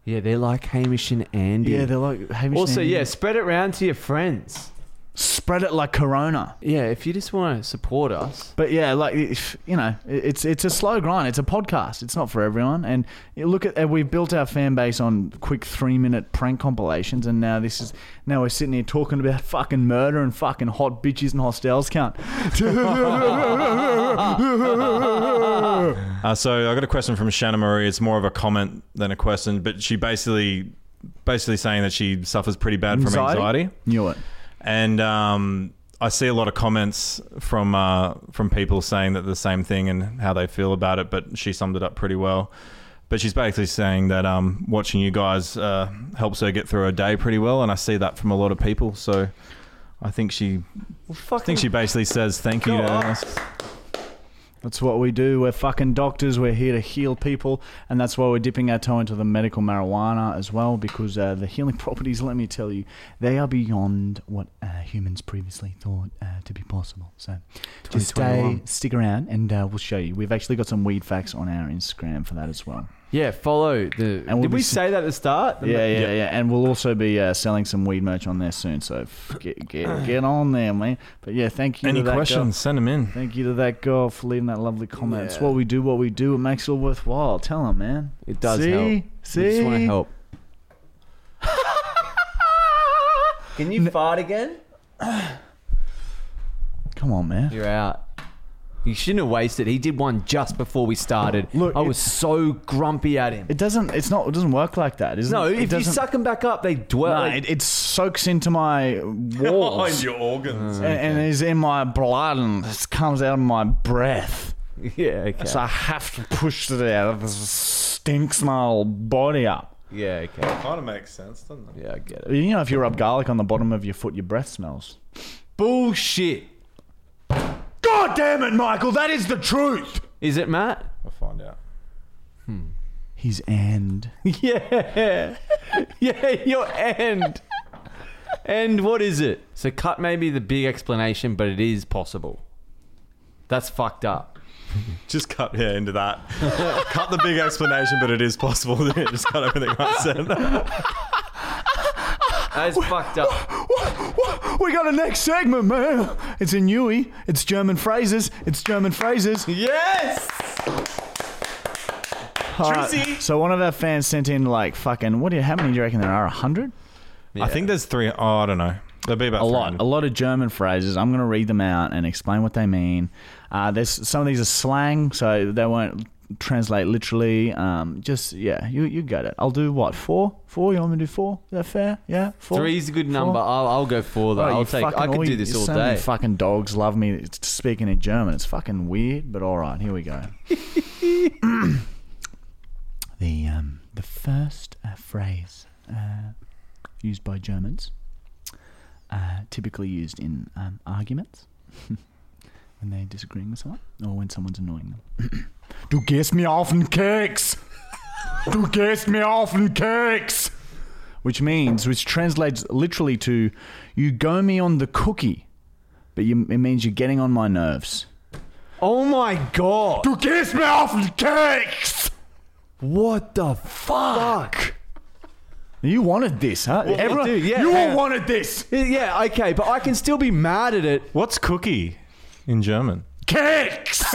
B: Yeah, they're like Hamish and Andy.
A: Yeah, they're like. Hamish and
B: also
A: Andy.
B: yeah, spread it around to your friends.
A: spread it like corona.
B: Yeah, if you just want to support us,
A: But yeah, like if, you know, it's it's a slow grind. It's a podcast. It's not for everyone. And you look at and we've built our fan base on quick three minute prank compilations, and now this is now we're sitting here talking about fucking murder and fucking hot bitches and hostels cunt.
C: Uh, so I got a question from Shanna Marie. It's more of a comment than a question, but she basically basically saying that she suffers pretty bad from
A: Anxiety?
C: anxiety.
A: Knew it.
C: and um, I see a lot of comments from uh, from people saying that the same thing and how they feel about it. But she summed it up pretty well. But she's basically saying that um, watching you guys uh, helps her get through her day pretty well, and I see that from a lot of people. So I think she
B: well,
C: I
B: fucking
C: think she basically says thank you
B: Go
C: to
B: on.
C: us.
A: That's what we do. We're fucking doctors. We're here to heal people, and that's why we're dipping our toe into the medical marijuana as well, because uh, the healing properties, let me tell you, they are beyond what uh, humans previously thought uh, to be possible. So, just stay,
B: 2021.
A: stick around, and uh, we'll show you. We've actually got some weed facts on our Instagram for that as well.
B: yeah, follow the.
A: And we'll
B: did
A: be
B: we
A: s-
B: say that at the start?
A: Yeah, yeah, yeah, And we'll also be uh, selling some weed merch on there soon. So f- get get get on there, man. But yeah, thank you.
C: Any
A: to that girl.
C: questions? Send them in.
A: Thank you to that girl for leaving that lovely comment. It's
B: Yeah.
A: what we do, what we do. It makes it all worthwhile. Tell him, man.
B: It does
A: See?
B: help.
A: See?
B: We just want to help. Can you fart again?
A: Come on, man.
B: You're out. You shouldn't have wasted. He did one just before we started.
A: Look,
B: I
A: it-
B: was so grumpy at him.
A: It doesn't. It's not. It doesn't work like that. Isn't
B: no,
A: it? It
B: if you
A: doesn't-
B: suck him back up, they dwell.
A: Nah,
B: like-
A: it, it soaks into my
B: Oh,
A: walls
C: your organs.
B: Uh.
A: and, and is in my blood and it comes out of my breath.
B: yeah, okay.
A: So I have to push it out. It stinks my whole body up.
B: yeah, okay.
C: Kind of makes sense, doesn't it?
B: Yeah, I get it.
A: You know, if you rub garlic on the bottom of your foot, your breath smells.
B: Bullshit.
A: God damn it, Michael! That is the truth.
B: Is it Matt?
C: We'll find out.
A: His end.
B: Yeah. yeah, your end. And what is it? So cut maybe the big explanation, but it is possible. That's fucked up.
C: Just cut yeah into that. cut the big explanation, but it is possible. Just cut everything I said.
B: That's fucked up.
A: We got a next segment, man. It's in Yui. It's German phrases. It's German phrases.
B: Yes.
A: All right. So one of our fans sent in like fucking. What do you? How many do you reckon there are? A hundred?
C: I think there's three. Oh, I don't know. There'll be about
A: A lot. A lot of German phrases. I'm going to read them out and explain what they mean. Uh, there's some of these are slang, so they won't translate literally. Um, just yeah, you you get it. I'll do what four? Four? You want me to do four? Is that fair? Yeah, four.
B: Three's a good
A: Four?
B: number. I'll, I'll go four though.
A: Oh, you
B: I'll take.
A: fucking-
B: I could
A: all
B: do
A: you-
B: this all
A: so many
B: day.
A: fucking dogs love me speaking in German. It's fucking weird, but all right, here we go. the um, the first uh, phrase uh, used by Germans, uh, typically used in um, arguments when they're disagreeing with someone or when someone's annoying them. du gehst mir auf den Keks. Du gehst mir auf den Keks which means, which translates literally to, you go me on the cookie, but you, it means you're getting on my nerves.
B: Oh my god!
A: You kiss me off the cakes!
B: What the fuck?
A: You wanted this, huh? Everyone,
B: dude, yeah.
A: you
B: Yeah.
A: all wanted this.
B: Yeah. Okay, but I can still be mad at it.
C: What's cookie in German?
A: Cakes!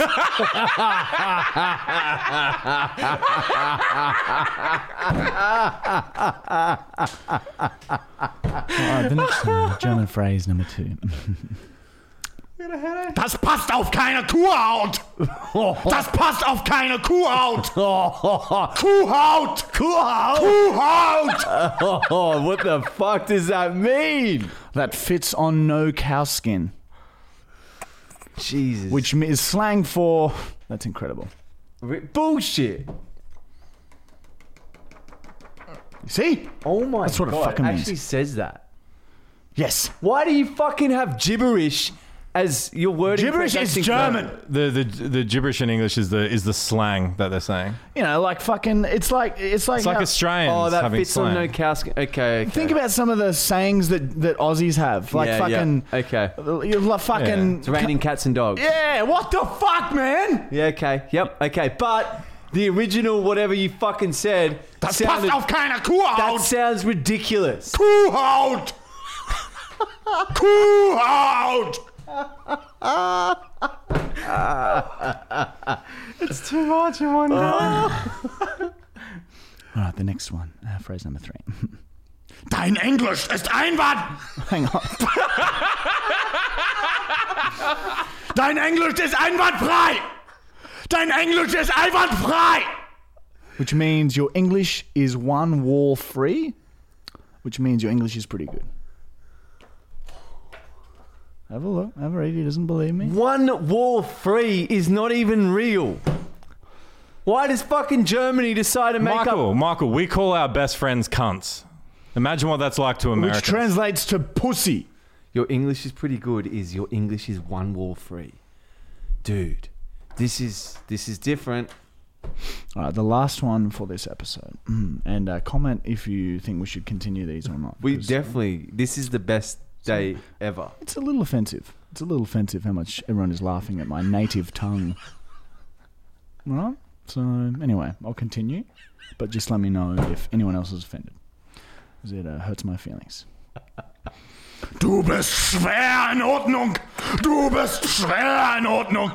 A: Alright, the next uh, German phrase number two. Das passt auf keine Kuhhaut! Das passt auf keine Kuhhaut!
B: Oh,
A: Kuhhaut! Kuhhaut! Kuhhaut!
B: what the fuck does that mean?
A: That fits on no cow skin,
B: Jesus.
A: which is slang for. That's incredible.
B: bullshit.
A: See?
B: Oh my
A: That's what it
B: god!
A: fucking
B: it
A: means.
B: actually says that.
A: Yes.
B: Why do you fucking have gibberish as your word?
A: Gibberish is German.
C: The, the the gibberish in English is the is the slang that they're saying.
A: You know, like fucking. It's like it's like.
C: It's like
A: how-
C: Australians
B: Oh, that
C: having
B: fits
C: slang.
B: on no cask. Okay, okay.
A: think about some of the sayings that that Aussies have, like
B: Yeah,
A: fucking.
B: yeah. Okay.
A: you lo- fucking.
B: It's raining cats and dogs.
A: Yeah. What the fuck, man?
B: Yeah, okay. Yep, okay. But the original, whatever you fucking said,
A: Das
B: sounded-
A: passt auf keine
B: that
A: Kuhhaut.
B: sounds ridiculous.
A: Kuhhaut. Kuhhaut.
B: It's too much in one
A: All right, the next one. Uh, phrase number three. Dein English ist Einwand. Hang on. Dein English ist einwandfrei. Dein English ist einwandfrei. Which means your English is one wall free, which means your English is pretty good. Have a look. Have a read. He doesn't believe me.
B: One wall free is not even real. Why does fucking Germany decide to make
C: Michael,
B: up?
C: Michael, we call our best friends cunts. Imagine what that's like to Americans.
A: Which translates to pussy.
B: Your English is pretty good. Is your English is one wall free, dude? This is this is different.
A: All right, the last one for this episode. Mm, And uh, comment if you think we should continue these or not.
B: We
A: 'cause
B: definitely. This is the best day ever.
A: it's a little offensive. It's a little offensive how much everyone is laughing at my native tongue. All right? So, anyway, I'll continue. But just let me know if anyone else is offended. Because it uh, hurts my feelings. Du bist schwer in Ordnung! Du bist schwer in Ordnung!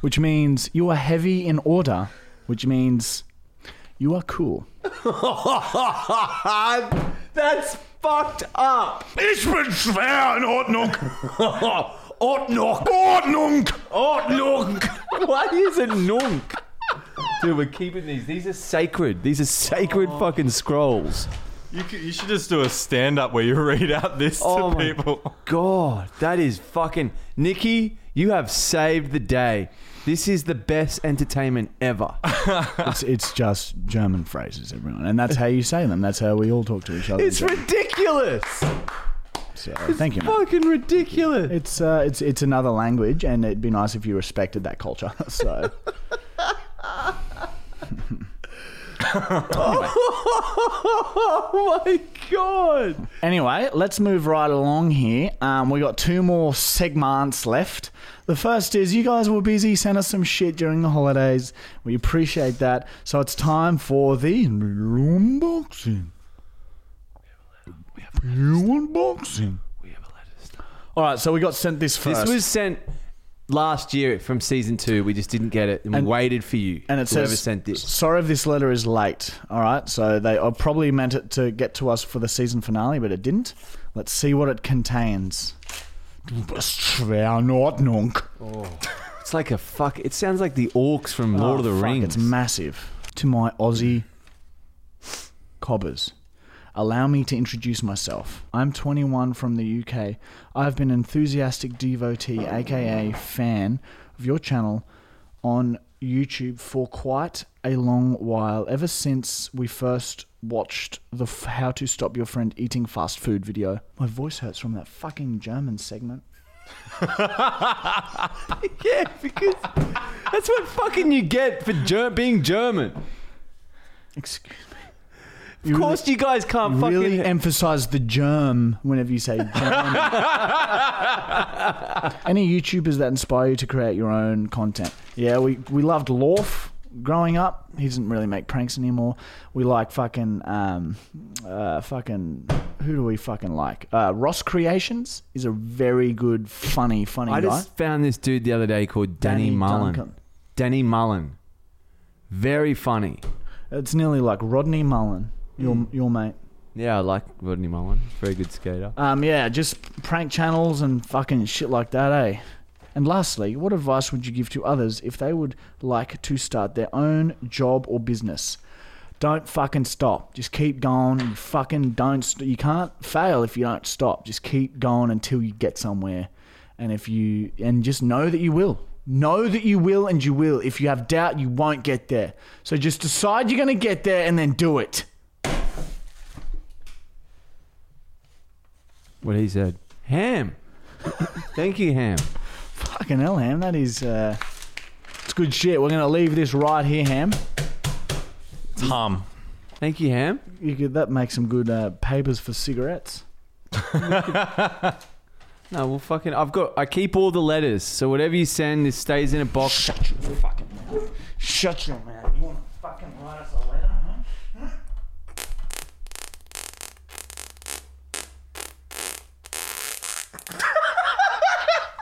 A: Which means you are heavy in order, which means you are cool.
B: That's fucked up.
A: Ich bin schwer in Ordnung. Ordnung. Ordnung. Ordnung.
B: What is a nunk? Dude, we're keeping these. These are sacred. These are sacred
A: Oh.
B: fucking scrolls.
C: you, c- you should just do a stand up where you read out this
B: Oh
C: to
B: my-
C: people.
B: God, that is fucking. Nikki, you have saved the day. This is the best entertainment ever.
A: It's, it's just German phrases, everyone, and that's how you say them. That's how we all talk to each other. in
B: It's
A: German.
B: ridiculous.
A: So, thank you. Man.
B: Fucking ridiculous.
A: It's uh, it's it's another language, and it'd be nice if you respected that culture. So
B: oh my god!
A: Anyway, let's move right along here. Um, we got two more segments left. The first is you guys were busy, sent us some shit during the holidays. We appreciate that. So it's time for the unboxing. New unboxing. All right, so we got sent this first.
B: This was sent last year from season two. We just didn't get it, and, we waited for you.
A: and it
B: whoever
A: says,
B: sent this.
A: "Sorry if this letter is late." All right, so they uh, probably meant it to get to us for the season finale, but it didn't. Let's see what it contains. Du bist schwer in Ordnung.
B: It's like a fuck. It sounds like the orcs from Lord of the
A: Oh, fuck,
B: Rings.
A: It's massive. To my Aussie cobbers. Allow me to introduce myself. I'm 21 from the UK. I've been an enthusiastic devotee, aka fan, of your channel on YouTube for quite a long while, ever since we first watched the f- How to Stop Your Friend Eating Fast Food video. My voice hurts from that fucking German segment.
B: yeah, because that's what fucking you get for ger- being German.
A: Excuse me.
B: Of course, you guys can't fucking.
A: really emphasize the germ whenever you say germ. Any YouTubers that inspire you to create your own content? Yeah, we, we loved Lorf growing up. He doesn't really make pranks anymore. We like fucking um, uh, fucking who do we fucking like? Uh, Ross Creations is a very good, funny, funny
B: I
A: guy.
B: just found this dude the other day called Danny,
A: Danny
B: Mullen.
A: Duncan.
B: Danny Mullen. Very funny.
A: It's nearly like Rodney Mullen, your
B: Mm.
A: your mate.
B: Yeah, I like Rodney Mullen. Very good skater.
A: Um, yeah, just prank channels and fucking shit like that, eh? And lastly, what advice would you give to others if they would like to start their own job or business? Don't fucking stop. Just keep going. You fucking don't. St- you can't fail if you don't stop. Just keep going until you get somewhere. And if you and just know that you will. Know that you will and you will. If you have doubt, you won't get there. So just decide you're gonna get there and then do it.
B: What he said. Ham. Thank you, Ham.
A: Fucking hell, Ham. That is. Uh, it's good shit. We're going to leave this right here, Ham.
C: It's hum.
B: Thank you, Ham.
A: You could, that makes some good uh, papers for cigarettes.
B: No, well, fucking. I've got. I keep all the letters, so whatever you send, this stays in a box.
A: Shut your fucking mouth. Shut your mouth. You want to fucking write us a letter, huh?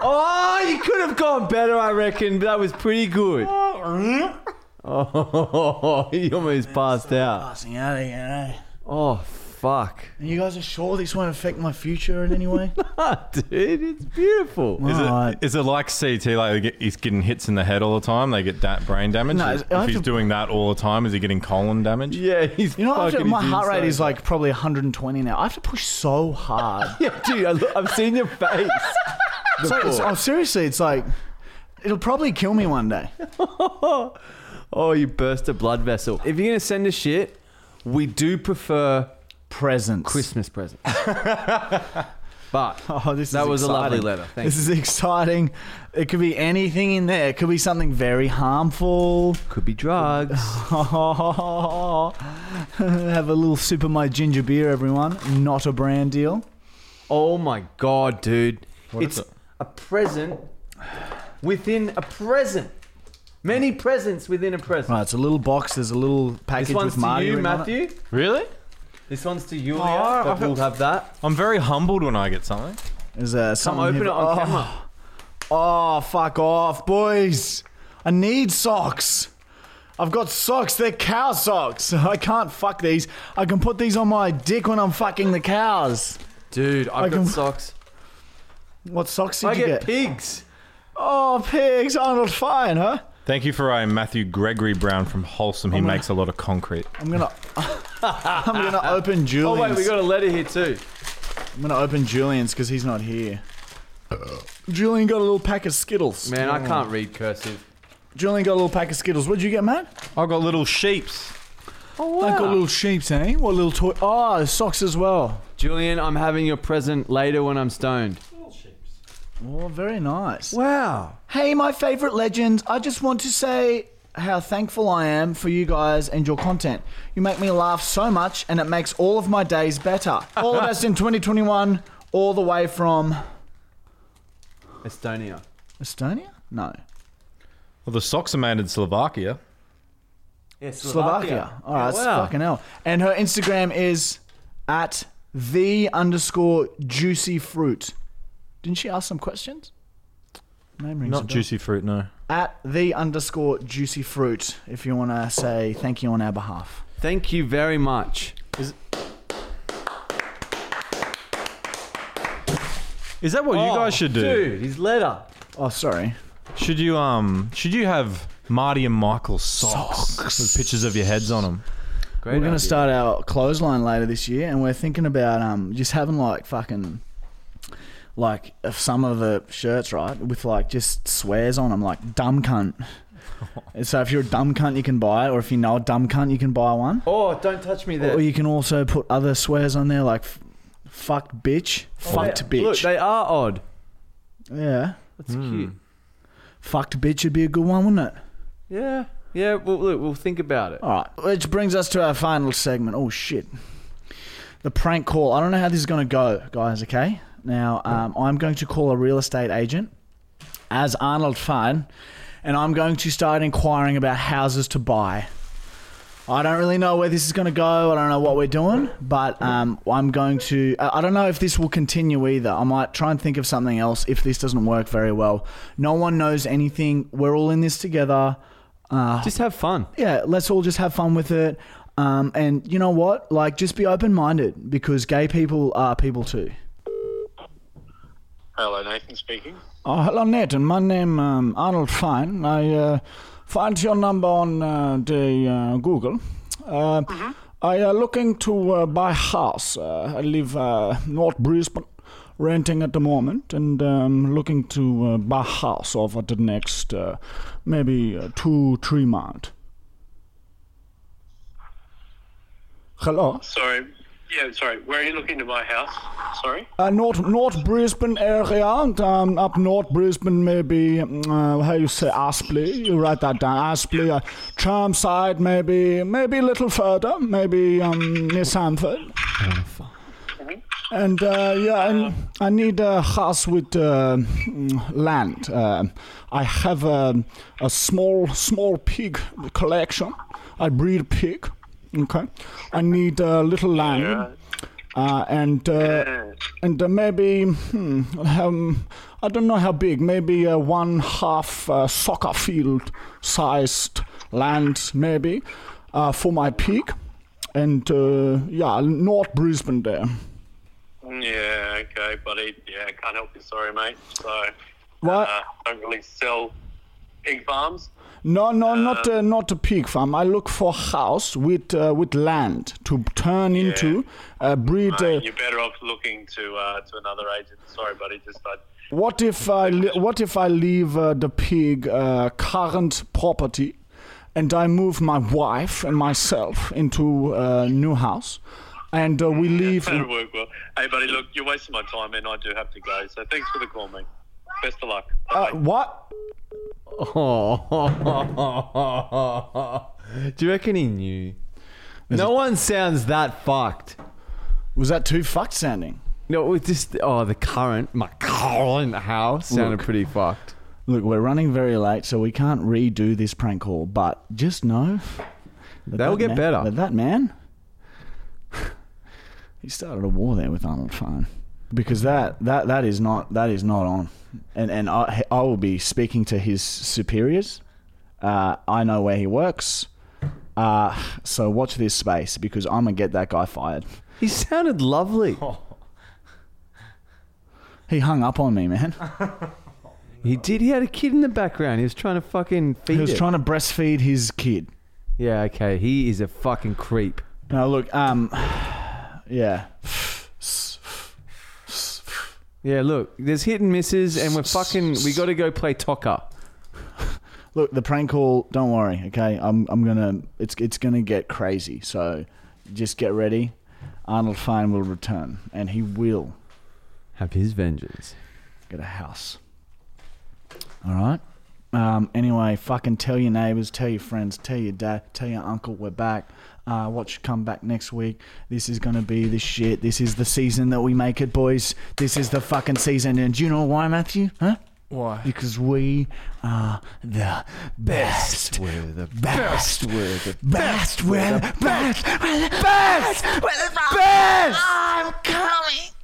B: Oh, you could have gone better, I reckon. But that was pretty good. Oh, he almost passed out.
A: Passing out again, eh?
B: Oh, fuck.
A: And you guys are sure this won't affect my future in any way?
B: Ah, dude, it's beautiful.
C: Is
A: Alright.
C: it, is it like CT? Like they get, he's getting hits in the head all the time. They get da- brain damage.
A: No,
C: if
A: I have
C: he's
A: to-
C: doing that all the time, is he getting colon damage?
B: Yeah, he's.
A: You know, I've
B: fucking,
A: just- my
B: he's
A: heart rate
B: insane.
A: is like probably 120 now. I have to push so hard.
B: Yeah, dude, I lo- I've seen your face.
A: so, so- oh, seriously, it's like, it'll probably kill me one day.
B: Oh, you burst a blood vessel. If you're gonna send us shit, we do prefer
A: Presents.
B: Christmas presents. but
A: Oh, this
B: That
A: is
B: was a lovely
A: exciting.
B: letter. Thank
A: this is exciting. It could be anything in there. It could be something very harmful.
B: could be drugs.
A: Have a little sip of my ginger beer, everyone. Not a brand deal.
B: Oh my god, dude! it's
C: is it?
B: a present within a present. Many presents within a present.
A: Right, it's a little box. There's a little package
B: This one's
A: with
B: to
A: Marty.
B: you,
A: written on it. Oh,
B: Matthew.
C: Really?
B: This one's to you, Leo.
C: I
B: but
C: feel-
B: we'll have that.
C: I'm very humbled when I get something.
A: There's uh,
B: Come
A: something
B: open
A: here-
B: it
A: oh,
B: on camera.
A: Oh, fuck off, boys. I need socks. I've got socks. They're cow socks. I can't fuck these. I can put these on my dick when I'm fucking the cows.
B: Dude, I've
A: I
B: got
A: can-
B: socks.
A: What socks did
B: I
A: you
B: get, pigs.
A: Oh, pigs. Arnold Fine, huh?
C: Thank you for uh, Matthew Gregory Brown from Wholesome. He makes a lot of concrete.
A: I'm gonna, I'm gonna open
B: Oh
A: Julian's.
B: wait, we got a letter here too.
A: I'm gonna open Julian's because he's not here. Julian got a little pack of Skittles.
B: Man, I can't read cursive.
A: Julian got a little pack of Skittles. What'd you get, Matt?
C: I've got little sheeps.
B: Oh
A: I got little sheeps, eh? What little toy? Oh, socks as well.
B: Julian, I'm having your present later when I'm stoned.
A: Oh, very nice.
B: Wow.
A: Hey, my favorite legends. I just want to say how thankful I am for you guys and your content. You make me laugh so much, and it makes all of my days better. All the best in 2021, all the way from
B: Estonia.
A: Estonia? No,
C: Well, the socks are made in Slovakia.
B: Yeah,
A: Slovakia. All right,
B: Yeah,
A: that's
B: wow.
A: fucking hell. And her Instagram is at the underscore juicy fruit. Didn't she ask some questions? Name rings a
C: Not
A: bell.
C: juicy fruit, no.
A: at the underscore juicy fruit if you want to say thank you on our behalf.
B: Thank you very much.
C: Is that what you guys should do?
B: Dude, his letter.
A: Oh, sorry.
C: Should you um? Should you have Marty and Michael socks, with pictures of your heads on them?
B: Great
A: We're going
B: idea.
A: to start our clothesline later this year, and we're thinking about um, just having like fucking like if some of the shirts, right, with like just swears on them, like dumb cunt. And so if you're a dumb cunt, you can buy it, or if you know a dumb cunt, you can buy one.
B: Oh, don't touch me there.
A: Or you can also put other swears on there, like f- fucked bitch, fucked bitch.
B: Look, they are odd.
A: yeah,
B: That's cute.
A: fucked bitch would be a good one, wouldn't it?
B: Yeah. Yeah, well, look, we'll think about it.
A: All right, which brings us to our final segment. Oh shit, the prank call. I don't know how this is going to go, guys. Okay, now um, I'm going to call a real estate agent as Arnold Fine, and I'm going to start inquiring about houses to buy. I don't really know where this is going to go. I don't know what we're doing, but um, I'm going to. I I don't know if this will continue either. I might try and think of something else if this doesn't work very well. No one knows anything. We're all in this together. Uh,
B: Just have fun.
A: yeah, let's all just have fun with it. Um, and you know what? Like, just be open minded because gay people are people too.
D: Hello, Nathan speaking.
A: Oh, hello, Nathan. My name um, Arnold Fine. I uh, found your number on uh, the uh, Google. Uh, I am looking to uh, buy house. Uh, I live uh, North Brisbane, renting at the moment, and um, looking to uh, buy house over the next uh, maybe uh, two, three months. Hello.
D: Sorry. Yeah, sorry. Where are you looking to buy a house? Sorry.
A: Uh, north North Brisbane area, and, um, up North Brisbane, maybe uh, how you say Aspley. You write that down, Aspley. Uh, Chermside, maybe, maybe a little further, maybe um, near Sanford. And uh, yeah, and I need a house with uh, mm, land. Uh, I have a, a small small pig collection. I breed pig. Okay, I need a little land. Uh, and uh, and uh, maybe hmm, um, I don't know how big, maybe uh, one half uh, soccer field sized land, maybe uh, for my pig, and uh, yeah, North Brisbane there.
D: Yeah, okay, buddy. Yeah, can't help you. Sorry, mate. So,
A: What?
D: uh, don't really sell pig farms.
A: No, no, not uh, not a pig farm. I look for house with uh, with land to turn into uh, breed. Uh,
D: Mate, You're better off looking to uh, to another agent. Sorry, buddy. Just I
A: What if I li- what if I leave uh, the pig uh, current property, and I move my wife and myself into a new house, and uh, we leave.
D: that'll work well. Hey, buddy. Look, you're wasting my time, and I do have to go. So thanks for the call, mate. Best of luck.
A: Uh,
D: Bye.
A: what?
B: Oh. Do you reckon he knew? no one sounds that fucked.
A: Was that too fucked sounding?
B: No, it just oh the current my current house sounded pretty fucked.
A: Look, we're running very late, so we can't redo this prank call. But just know that
B: They'll
A: that
B: get
A: man-
B: better.
A: That, that man, he started a war there with Arnold Fine because that, that that is not that is not on, and and I I will be speaking to his superiors. Uh, I know where he works. Uh, so watch this space because I'm gonna get that guy fired.
B: He sounded lovely.
A: He hung up on me, man.
B: He did. He had a kid in the background. He was trying to fucking feed
A: He was
B: it.
A: trying to breastfeed his kid.
B: yeah, okay. He is a fucking creep.
A: No, look, um, yeah.
B: Yeah, look, there's hit and misses, and we're fucking. We got to go play Tocker.
A: Look, the prank call. Don't worry, okay. I'm I'm gonna. It's it's gonna get crazy. So, just get ready. Arnold Fine will return, and he will
B: Have his vengeance.
A: get a house. All right. Um, anyway, fucking tell your neighbors, tell your friends, tell your dad, tell your uncle we're back. Uh, watch come back next week. This is gonna be the shit. This is the season that we make it, boys. This is the fucking season. And do you know why, Matthew? Huh?
E: Why?
A: Because we are the best. We're the best. We're the best. We're the best. We're the best. We're the best. I'm coming.